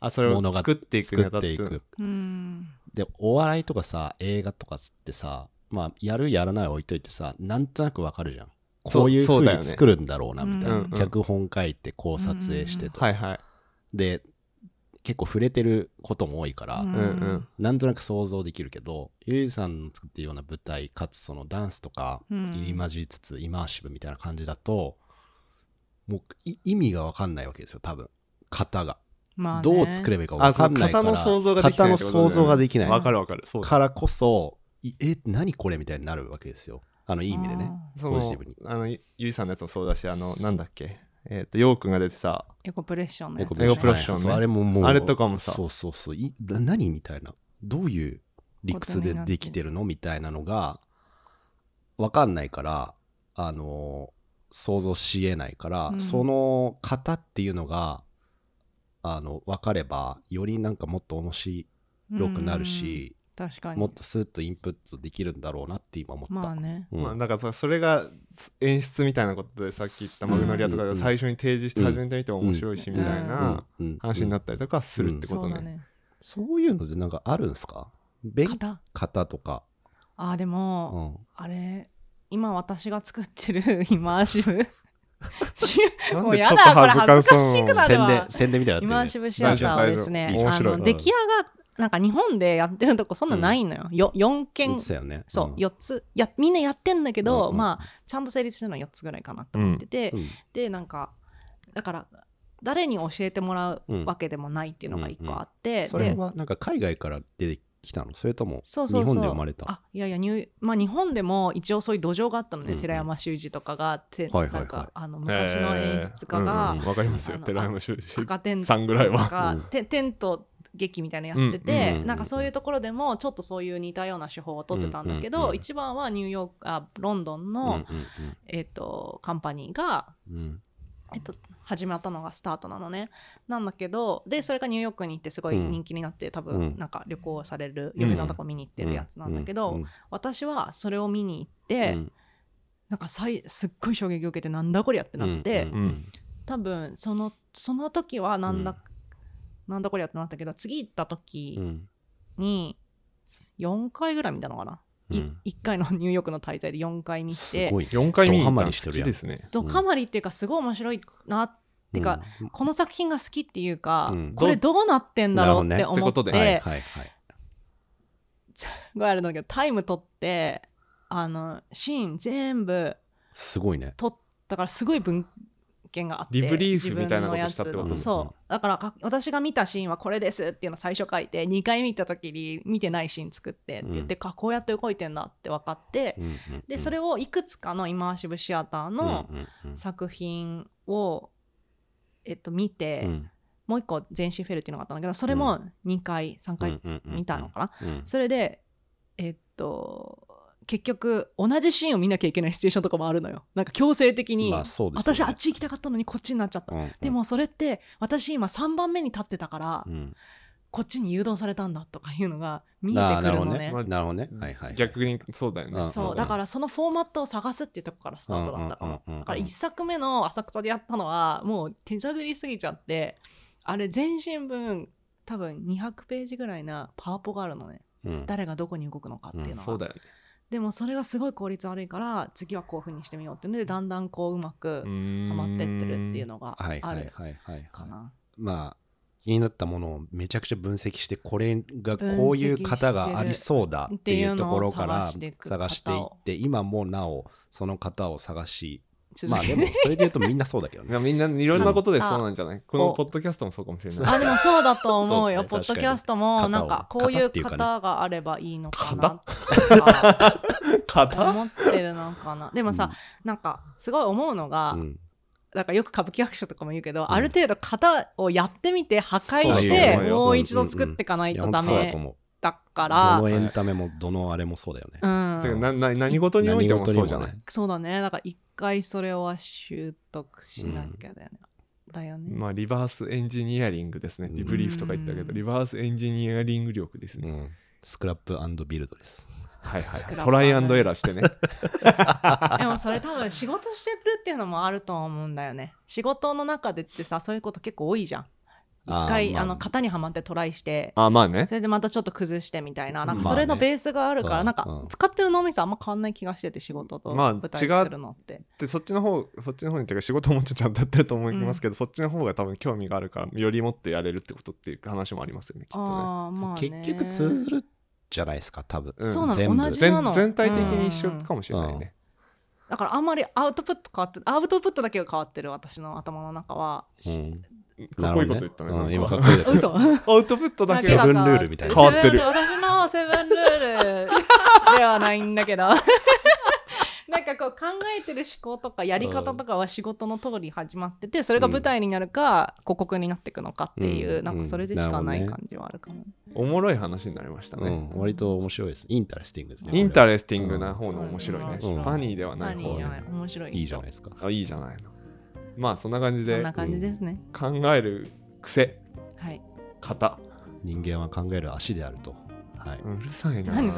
[SPEAKER 2] あそれを
[SPEAKER 4] 物が
[SPEAKER 2] 作っていくに
[SPEAKER 4] 作
[SPEAKER 2] あたっ
[SPEAKER 4] っ
[SPEAKER 2] て
[SPEAKER 4] ていく
[SPEAKER 3] うん
[SPEAKER 4] でお笑いとかさ映画とかつってさまあやるやらない置いといてさなんとなく分かるじゃん
[SPEAKER 2] そう
[SPEAKER 4] こういう
[SPEAKER 2] そうだ
[SPEAKER 4] 風
[SPEAKER 2] よ
[SPEAKER 4] に
[SPEAKER 2] ね
[SPEAKER 4] 作るんだろうなみたいな、
[SPEAKER 2] うんうん
[SPEAKER 4] 脚本書いてこう撮影してと、
[SPEAKER 2] はいはい
[SPEAKER 4] で結構触れてることも多いから、
[SPEAKER 2] うんうん
[SPEAKER 4] なんとなく想像できるけどゆいさんの作ってるような舞台かつそのダンスとか
[SPEAKER 3] うん
[SPEAKER 4] 入り混じりつつイマーシブみたいな感じだともうい意味が分かんないわけですよ多分型が、
[SPEAKER 3] まあね、
[SPEAKER 4] どう作ればいいか分かんないから
[SPEAKER 2] あその型の想像ができない
[SPEAKER 4] 型の想像ができない
[SPEAKER 2] わかるわかるそうだ
[SPEAKER 4] からこそいえ何これみたいになるわけですよあのいい意味でね
[SPEAKER 3] あー
[SPEAKER 2] その
[SPEAKER 4] ポジティブに
[SPEAKER 2] あのゆゆいさんのやつもそうだしあのなんだっけえっ、とようくんが出てた
[SPEAKER 3] エコプレッションのやつ
[SPEAKER 2] エコプロッションね
[SPEAKER 4] そうあれももう
[SPEAKER 2] あれとかもさ
[SPEAKER 4] そうそうそういな何みたいなどういう理屈でできてるのみたいなのが分かんないからあの想像しえないから、
[SPEAKER 3] うん
[SPEAKER 4] その型っていうのがあの分かればよりなんかもっと面白くなる、し、
[SPEAKER 3] うん確かに
[SPEAKER 4] もっとスッとインプットできるんだろうなって今思った。
[SPEAKER 3] まあね
[SPEAKER 4] うん
[SPEAKER 2] まあ、だからさそれがす演出みたいなことでさっき言ったマグノリアとか
[SPEAKER 4] う
[SPEAKER 2] が
[SPEAKER 4] ん
[SPEAKER 2] 最初に提示して始めてみても面白いし
[SPEAKER 3] うん
[SPEAKER 2] みたいな
[SPEAKER 4] うんうん
[SPEAKER 2] 話になったりとかするってこ
[SPEAKER 3] そ
[SPEAKER 2] と
[SPEAKER 3] う
[SPEAKER 2] ね。
[SPEAKER 3] だね
[SPEAKER 4] そういうのでなんかあるんですか勉
[SPEAKER 3] 型
[SPEAKER 4] 型とか。
[SPEAKER 3] あーで
[SPEAKER 4] う
[SPEAKER 3] も、
[SPEAKER 4] ん
[SPEAKER 3] あれ今私が作ってる イマーシブし
[SPEAKER 2] なん
[SPEAKER 3] もう
[SPEAKER 2] でちょ
[SPEAKER 3] や
[SPEAKER 2] っ
[SPEAKER 3] だ
[SPEAKER 2] と恥ずかしそう
[SPEAKER 3] これ恥ずかしくなる
[SPEAKER 4] 宣
[SPEAKER 3] わ
[SPEAKER 4] 伝、宣伝みたい
[SPEAKER 3] イ
[SPEAKER 4] に
[SPEAKER 3] マ
[SPEAKER 4] な
[SPEAKER 3] ー
[SPEAKER 4] って
[SPEAKER 3] シ
[SPEAKER 4] る
[SPEAKER 3] ブシアターをです
[SPEAKER 2] 大
[SPEAKER 3] ね
[SPEAKER 2] 丈夫大
[SPEAKER 3] あ
[SPEAKER 2] 丈夫
[SPEAKER 3] の出来上がなんか日本でやってるとこそんなないのよ、よ4
[SPEAKER 4] 言
[SPEAKER 3] 件
[SPEAKER 4] ってたよね。
[SPEAKER 3] そう、
[SPEAKER 4] ん
[SPEAKER 3] 4つやみんなやってんだけど、
[SPEAKER 4] うんうん
[SPEAKER 3] まあちゃんと成立してるのは4つぐらいかなって
[SPEAKER 2] うん
[SPEAKER 3] 思ってて、
[SPEAKER 4] うん
[SPEAKER 3] でなんかだから誰に教えてもらうわけでもないっていうのが1個あって、
[SPEAKER 4] そ
[SPEAKER 3] で
[SPEAKER 4] れはなんか海外から出てきたのそれとも日
[SPEAKER 3] そう
[SPEAKER 4] 本
[SPEAKER 3] そうそう
[SPEAKER 4] で生まれた。
[SPEAKER 3] あいやいやニューまあ、日本でも一応そういう土壌があったので、
[SPEAKER 4] うんうん
[SPEAKER 3] 寺山修司とかがあって、
[SPEAKER 4] はいはいはい
[SPEAKER 3] なんかあの昔の演出家が
[SPEAKER 2] えーうんうんわかりますよ
[SPEAKER 3] あの
[SPEAKER 2] 寺山修司
[SPEAKER 3] 赤テント
[SPEAKER 2] さんぐらい
[SPEAKER 3] と
[SPEAKER 2] は。
[SPEAKER 3] か、
[SPEAKER 4] うん
[SPEAKER 3] てテント劇みたいなのやってて、
[SPEAKER 4] うんうん
[SPEAKER 3] なんかそういうところでもちょっとそういう似たような手法を取ってたんだけど、
[SPEAKER 4] うんうんうん
[SPEAKER 3] 一番はニューヨークあロンドン
[SPEAKER 4] う
[SPEAKER 3] の、
[SPEAKER 4] んうん
[SPEAKER 3] えっとカンパニーが
[SPEAKER 4] うんうん
[SPEAKER 3] えっと、始まったのがスタートなのねなんだけどでそれがニューヨークに行ってすごい人気になって、多
[SPEAKER 4] うん
[SPEAKER 3] 分なんか旅行される嫁さんとか見に行ってるやつなんだけど、
[SPEAKER 4] うんうん
[SPEAKER 3] 私はそれを見に行って、
[SPEAKER 4] うん
[SPEAKER 3] なんかさいすっごい衝撃を受けてなんだこりゃってなって、
[SPEAKER 4] うんうん
[SPEAKER 3] 多分そのその時はなんだ、
[SPEAKER 4] うん
[SPEAKER 3] なんだこりゃってなったけど次行った時
[SPEAKER 4] うん
[SPEAKER 3] に4回ぐらい見たのかな、
[SPEAKER 4] う
[SPEAKER 3] い
[SPEAKER 4] ん
[SPEAKER 3] 1回のニューヨークの滞在で4回見て
[SPEAKER 4] すごい。
[SPEAKER 2] 4回見に行った
[SPEAKER 4] ドハマ
[SPEAKER 2] の
[SPEAKER 4] りして
[SPEAKER 2] 好
[SPEAKER 4] るや
[SPEAKER 2] き
[SPEAKER 4] ん
[SPEAKER 2] ですね。
[SPEAKER 3] ドカマリっていうかすごい面白いなってか、
[SPEAKER 4] うん、
[SPEAKER 3] この作品が好きっていうか、
[SPEAKER 4] うん
[SPEAKER 3] これどうなってんだろうって思
[SPEAKER 2] なるほどねっ
[SPEAKER 3] って
[SPEAKER 2] てことで
[SPEAKER 4] はいはいはい。
[SPEAKER 3] すごいあるんだけどタイム取ってあのシーン全部
[SPEAKER 4] すごいね。
[SPEAKER 3] 撮ったからすごい文献があって
[SPEAKER 2] リブリーフ
[SPEAKER 3] 自分の
[SPEAKER 2] みたいなことしたってこと
[SPEAKER 3] やつ
[SPEAKER 4] うん
[SPEAKER 3] そうだからか私が見たシーンはこれですっていうのを最初書いて2回見た時に見てないシーン作ってって言って、あこうやって動いてんだって分かって、
[SPEAKER 4] うんうんうん
[SPEAKER 3] でそれをいくつかのイマーシブシアターの
[SPEAKER 4] うんうんうん
[SPEAKER 3] 作品を、えっと、見て、
[SPEAKER 4] うん
[SPEAKER 3] もう一個「全身フェル」っていうのがあったんだけどそれも2回3回見たのかな、
[SPEAKER 4] うん
[SPEAKER 3] それでえっと結局同じシーンを見なきゃいけないシチュエーションとかもあるのよなんか強制的に、
[SPEAKER 4] まあそうですよね
[SPEAKER 3] 私あっち行きたかったのにこっちになっちゃった、
[SPEAKER 4] うんうん
[SPEAKER 3] でもそれって私今3番目に立ってたから、
[SPEAKER 4] うん
[SPEAKER 3] こっちに誘導されたんだとかいうのが見え
[SPEAKER 4] あ
[SPEAKER 3] て
[SPEAKER 4] ー
[SPEAKER 3] く
[SPEAKER 4] なる
[SPEAKER 3] る
[SPEAKER 4] ほ
[SPEAKER 3] の
[SPEAKER 4] ど
[SPEAKER 3] ね
[SPEAKER 4] ね。なるほどね。はいはい。
[SPEAKER 2] 逆にそうだよ
[SPEAKER 4] う
[SPEAKER 2] ね
[SPEAKER 4] ん
[SPEAKER 3] そうだからそのフォーマットを探すっていうとこからスタートだったか
[SPEAKER 4] うんうん
[SPEAKER 3] も
[SPEAKER 4] うんうんうん
[SPEAKER 3] だから1作目の浅草でやったのはもう手探りすぎちゃってあれ全身分多分200ページぐらいなパワポがあるのね
[SPEAKER 4] うん
[SPEAKER 3] 誰がどこに動くのかっていうの
[SPEAKER 2] そう
[SPEAKER 3] は
[SPEAKER 2] だよね
[SPEAKER 3] でもそれがすごい効率悪いから次はこういうふうにしてみようっていうのでだんだんこううまくは
[SPEAKER 2] ハ
[SPEAKER 3] まってってるっていうのが
[SPEAKER 4] はいは
[SPEAKER 3] あ
[SPEAKER 4] い
[SPEAKER 3] る
[SPEAKER 4] はいはい。
[SPEAKER 3] かな。
[SPEAKER 4] まあ気になったものをめちゃくちゃ分析してこれがこういう方がありそうだっていうところか
[SPEAKER 3] 分
[SPEAKER 4] ら
[SPEAKER 3] 析してるっていうのを
[SPEAKER 4] 探
[SPEAKER 3] 探し
[SPEAKER 4] してて
[SPEAKER 3] いく方
[SPEAKER 4] いっ
[SPEAKER 3] を
[SPEAKER 4] て今もなおその方を探し
[SPEAKER 3] 続
[SPEAKER 4] まあ
[SPEAKER 3] け
[SPEAKER 4] で
[SPEAKER 3] て
[SPEAKER 4] もそれで言うとみんなそうだけど
[SPEAKER 2] い
[SPEAKER 4] ね。
[SPEAKER 2] やみんないろんなことで
[SPEAKER 3] あ
[SPEAKER 2] そうなんじゃないこのポッドキャストもそうかもしれない。
[SPEAKER 3] あでもそうだと思うよ
[SPEAKER 4] そうですね
[SPEAKER 3] ポッド
[SPEAKER 4] 確かに
[SPEAKER 3] キャストもなんかこうい
[SPEAKER 4] 型
[SPEAKER 3] う
[SPEAKER 4] を型っていうかね
[SPEAKER 3] 方があればいいのかなとか 思ってるのかなでもさ、なんかすごい思うのが、
[SPEAKER 4] うん
[SPEAKER 3] なんかよく歌舞伎役所とかも言うけど、
[SPEAKER 4] ん
[SPEAKER 3] ある程度型をやってみて破
[SPEAKER 2] そうだ
[SPEAKER 3] 壊し
[SPEAKER 2] と
[SPEAKER 3] て
[SPEAKER 2] 思うよ
[SPEAKER 3] もう一度作っていかない
[SPEAKER 4] いや
[SPEAKER 3] と
[SPEAKER 4] 本
[SPEAKER 3] ダ
[SPEAKER 4] 当そうだと
[SPEAKER 3] メ
[SPEAKER 4] 思う。
[SPEAKER 3] だか
[SPEAKER 4] ど
[SPEAKER 3] ら
[SPEAKER 4] のエンタメもどのあれもそうだよね。
[SPEAKER 2] てか
[SPEAKER 3] うん、
[SPEAKER 2] なな何事においてもそうじゃな
[SPEAKER 4] 何
[SPEAKER 2] い。
[SPEAKER 3] そうだねだから一回それは習得しなきゃだよね、だよね、
[SPEAKER 2] まあリバースエンジニアリングですね。
[SPEAKER 4] うん
[SPEAKER 2] リブリーフとか言ったけ
[SPEAKER 3] う
[SPEAKER 2] ど、
[SPEAKER 3] ん
[SPEAKER 2] リバースエンジニアリング力です
[SPEAKER 4] う
[SPEAKER 2] ね。
[SPEAKER 4] んスクラップビルドです。
[SPEAKER 2] はいはいはい。
[SPEAKER 3] うん
[SPEAKER 2] トライアンドエラーしてね。
[SPEAKER 3] でもそれ多分仕事してるっていうのもあると思うんだよね仕事の中でってさそういうこと結構多いじゃん
[SPEAKER 4] あー
[SPEAKER 3] 一回
[SPEAKER 4] まあ
[SPEAKER 3] あの型にはまってトライして
[SPEAKER 2] あ、まあね
[SPEAKER 3] そ。れでまたちょっと崩してみたいななんか
[SPEAKER 4] まあね
[SPEAKER 3] それのベースがあるから、
[SPEAKER 4] うん
[SPEAKER 3] なん
[SPEAKER 4] う
[SPEAKER 3] か
[SPEAKER 4] ん
[SPEAKER 3] 使ってる脳みそあんま変わんない気がしてて仕事と
[SPEAKER 2] まあ
[SPEAKER 3] 舞台作るのって、
[SPEAKER 2] で、そっちの方、そっちの方に、てか仕事もちょっとちゃんとやってると思いますけど、そっちの方が多分興味があるから、よりもっとやれるってことっていう話もありますよね、きっとね。
[SPEAKER 3] あーまあね
[SPEAKER 4] 結局通ずるじゃないですか多分。
[SPEAKER 2] うん
[SPEAKER 3] そうな
[SPEAKER 4] 全
[SPEAKER 3] の
[SPEAKER 4] 部
[SPEAKER 3] 同じな
[SPEAKER 2] 全
[SPEAKER 3] の
[SPEAKER 2] 全体的に一緒
[SPEAKER 3] うん
[SPEAKER 2] かもしれないね。
[SPEAKER 3] だからあんまりアウトプット変わってアウトプットだけが変わってる私の頭の中は、
[SPEAKER 4] うん
[SPEAKER 2] かっこいいこと言ったね。
[SPEAKER 4] なるほどねうん
[SPEAKER 2] な
[SPEAKER 4] 今
[SPEAKER 2] んか
[SPEAKER 4] かっこいいで す
[SPEAKER 3] あ嘘
[SPEAKER 2] アウトプットだけ
[SPEAKER 4] セ
[SPEAKER 2] が
[SPEAKER 4] ブンルールみたいな
[SPEAKER 2] 変わってる
[SPEAKER 3] セブンルール私のセブンルールではないんだけ どなんかこう考えてる思考とかやり方とかは仕事の通り始まっててそれが舞台になるか広告になっていくのかっていう、
[SPEAKER 4] うん
[SPEAKER 3] なんかそれでしかな
[SPEAKER 4] う
[SPEAKER 3] い
[SPEAKER 4] ん
[SPEAKER 3] 感じはあるかも、
[SPEAKER 2] おもろい話になりました
[SPEAKER 4] う
[SPEAKER 2] ね
[SPEAKER 4] ん。割と面白いです。インタレスティングですね。
[SPEAKER 2] インタ
[SPEAKER 4] レ
[SPEAKER 2] レスティングな方の面白いね。
[SPEAKER 3] うん
[SPEAKER 2] ファニーではない
[SPEAKER 3] 何
[SPEAKER 2] 方
[SPEAKER 3] じゃ
[SPEAKER 2] ね。
[SPEAKER 3] ない面白い人
[SPEAKER 4] いいじゃないですか。
[SPEAKER 2] あいいじゃないの。まあそんな感じ
[SPEAKER 3] そん
[SPEAKER 2] で
[SPEAKER 3] な感じですね、
[SPEAKER 2] 考える癖、
[SPEAKER 3] はい
[SPEAKER 2] 型。。
[SPEAKER 4] 人間は考える足であると。はいう
[SPEAKER 2] るさいな
[SPEAKER 3] 何。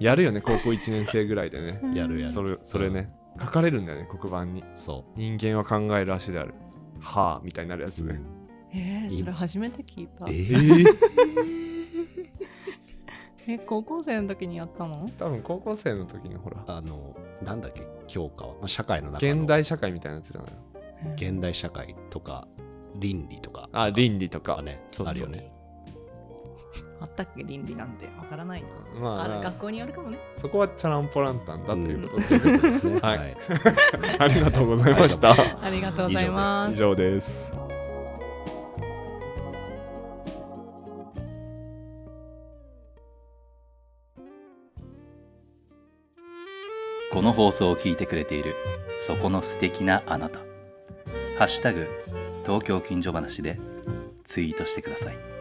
[SPEAKER 2] やるよね、高校1年生ぐらいでね。
[SPEAKER 4] やるや
[SPEAKER 2] そ
[SPEAKER 4] る。
[SPEAKER 2] れそれね、書かれるんだよね、黒板に。
[SPEAKER 4] そ
[SPEAKER 2] 人間は考える足である。はあ、みたいになるやつ
[SPEAKER 4] う。
[SPEAKER 2] ね。
[SPEAKER 3] えー、それ初めて聞いた
[SPEAKER 4] え
[SPEAKER 3] え
[SPEAKER 4] ー
[SPEAKER 3] 高校生の時にやったの
[SPEAKER 2] 多分高校生の時のほら、
[SPEAKER 4] あの、なんだっけ、教科は、まあ社会の中の
[SPEAKER 2] 現代社会みたいなやつじゃないの
[SPEAKER 4] 現代社会とか、倫理とか、
[SPEAKER 2] あ、倫理とか。
[SPEAKER 4] ね、
[SPEAKER 2] そうそう
[SPEAKER 4] あるよね。
[SPEAKER 3] あったっけ倫理なんてわからないな
[SPEAKER 2] ま
[SPEAKER 3] あ
[SPEAKER 2] あ
[SPEAKER 3] る
[SPEAKER 2] まあ
[SPEAKER 3] 学、校によるかもね
[SPEAKER 2] そこはチャランポランタンだということで、
[SPEAKER 4] ということです ね。
[SPEAKER 2] はい
[SPEAKER 4] はい。
[SPEAKER 2] ありがとうございました。
[SPEAKER 3] ありがとうございます
[SPEAKER 2] 以上です。
[SPEAKER 6] この放送を聞いてくれているそこの素敵なあなた「ハッシュタグ東京近所話」でツイートしてください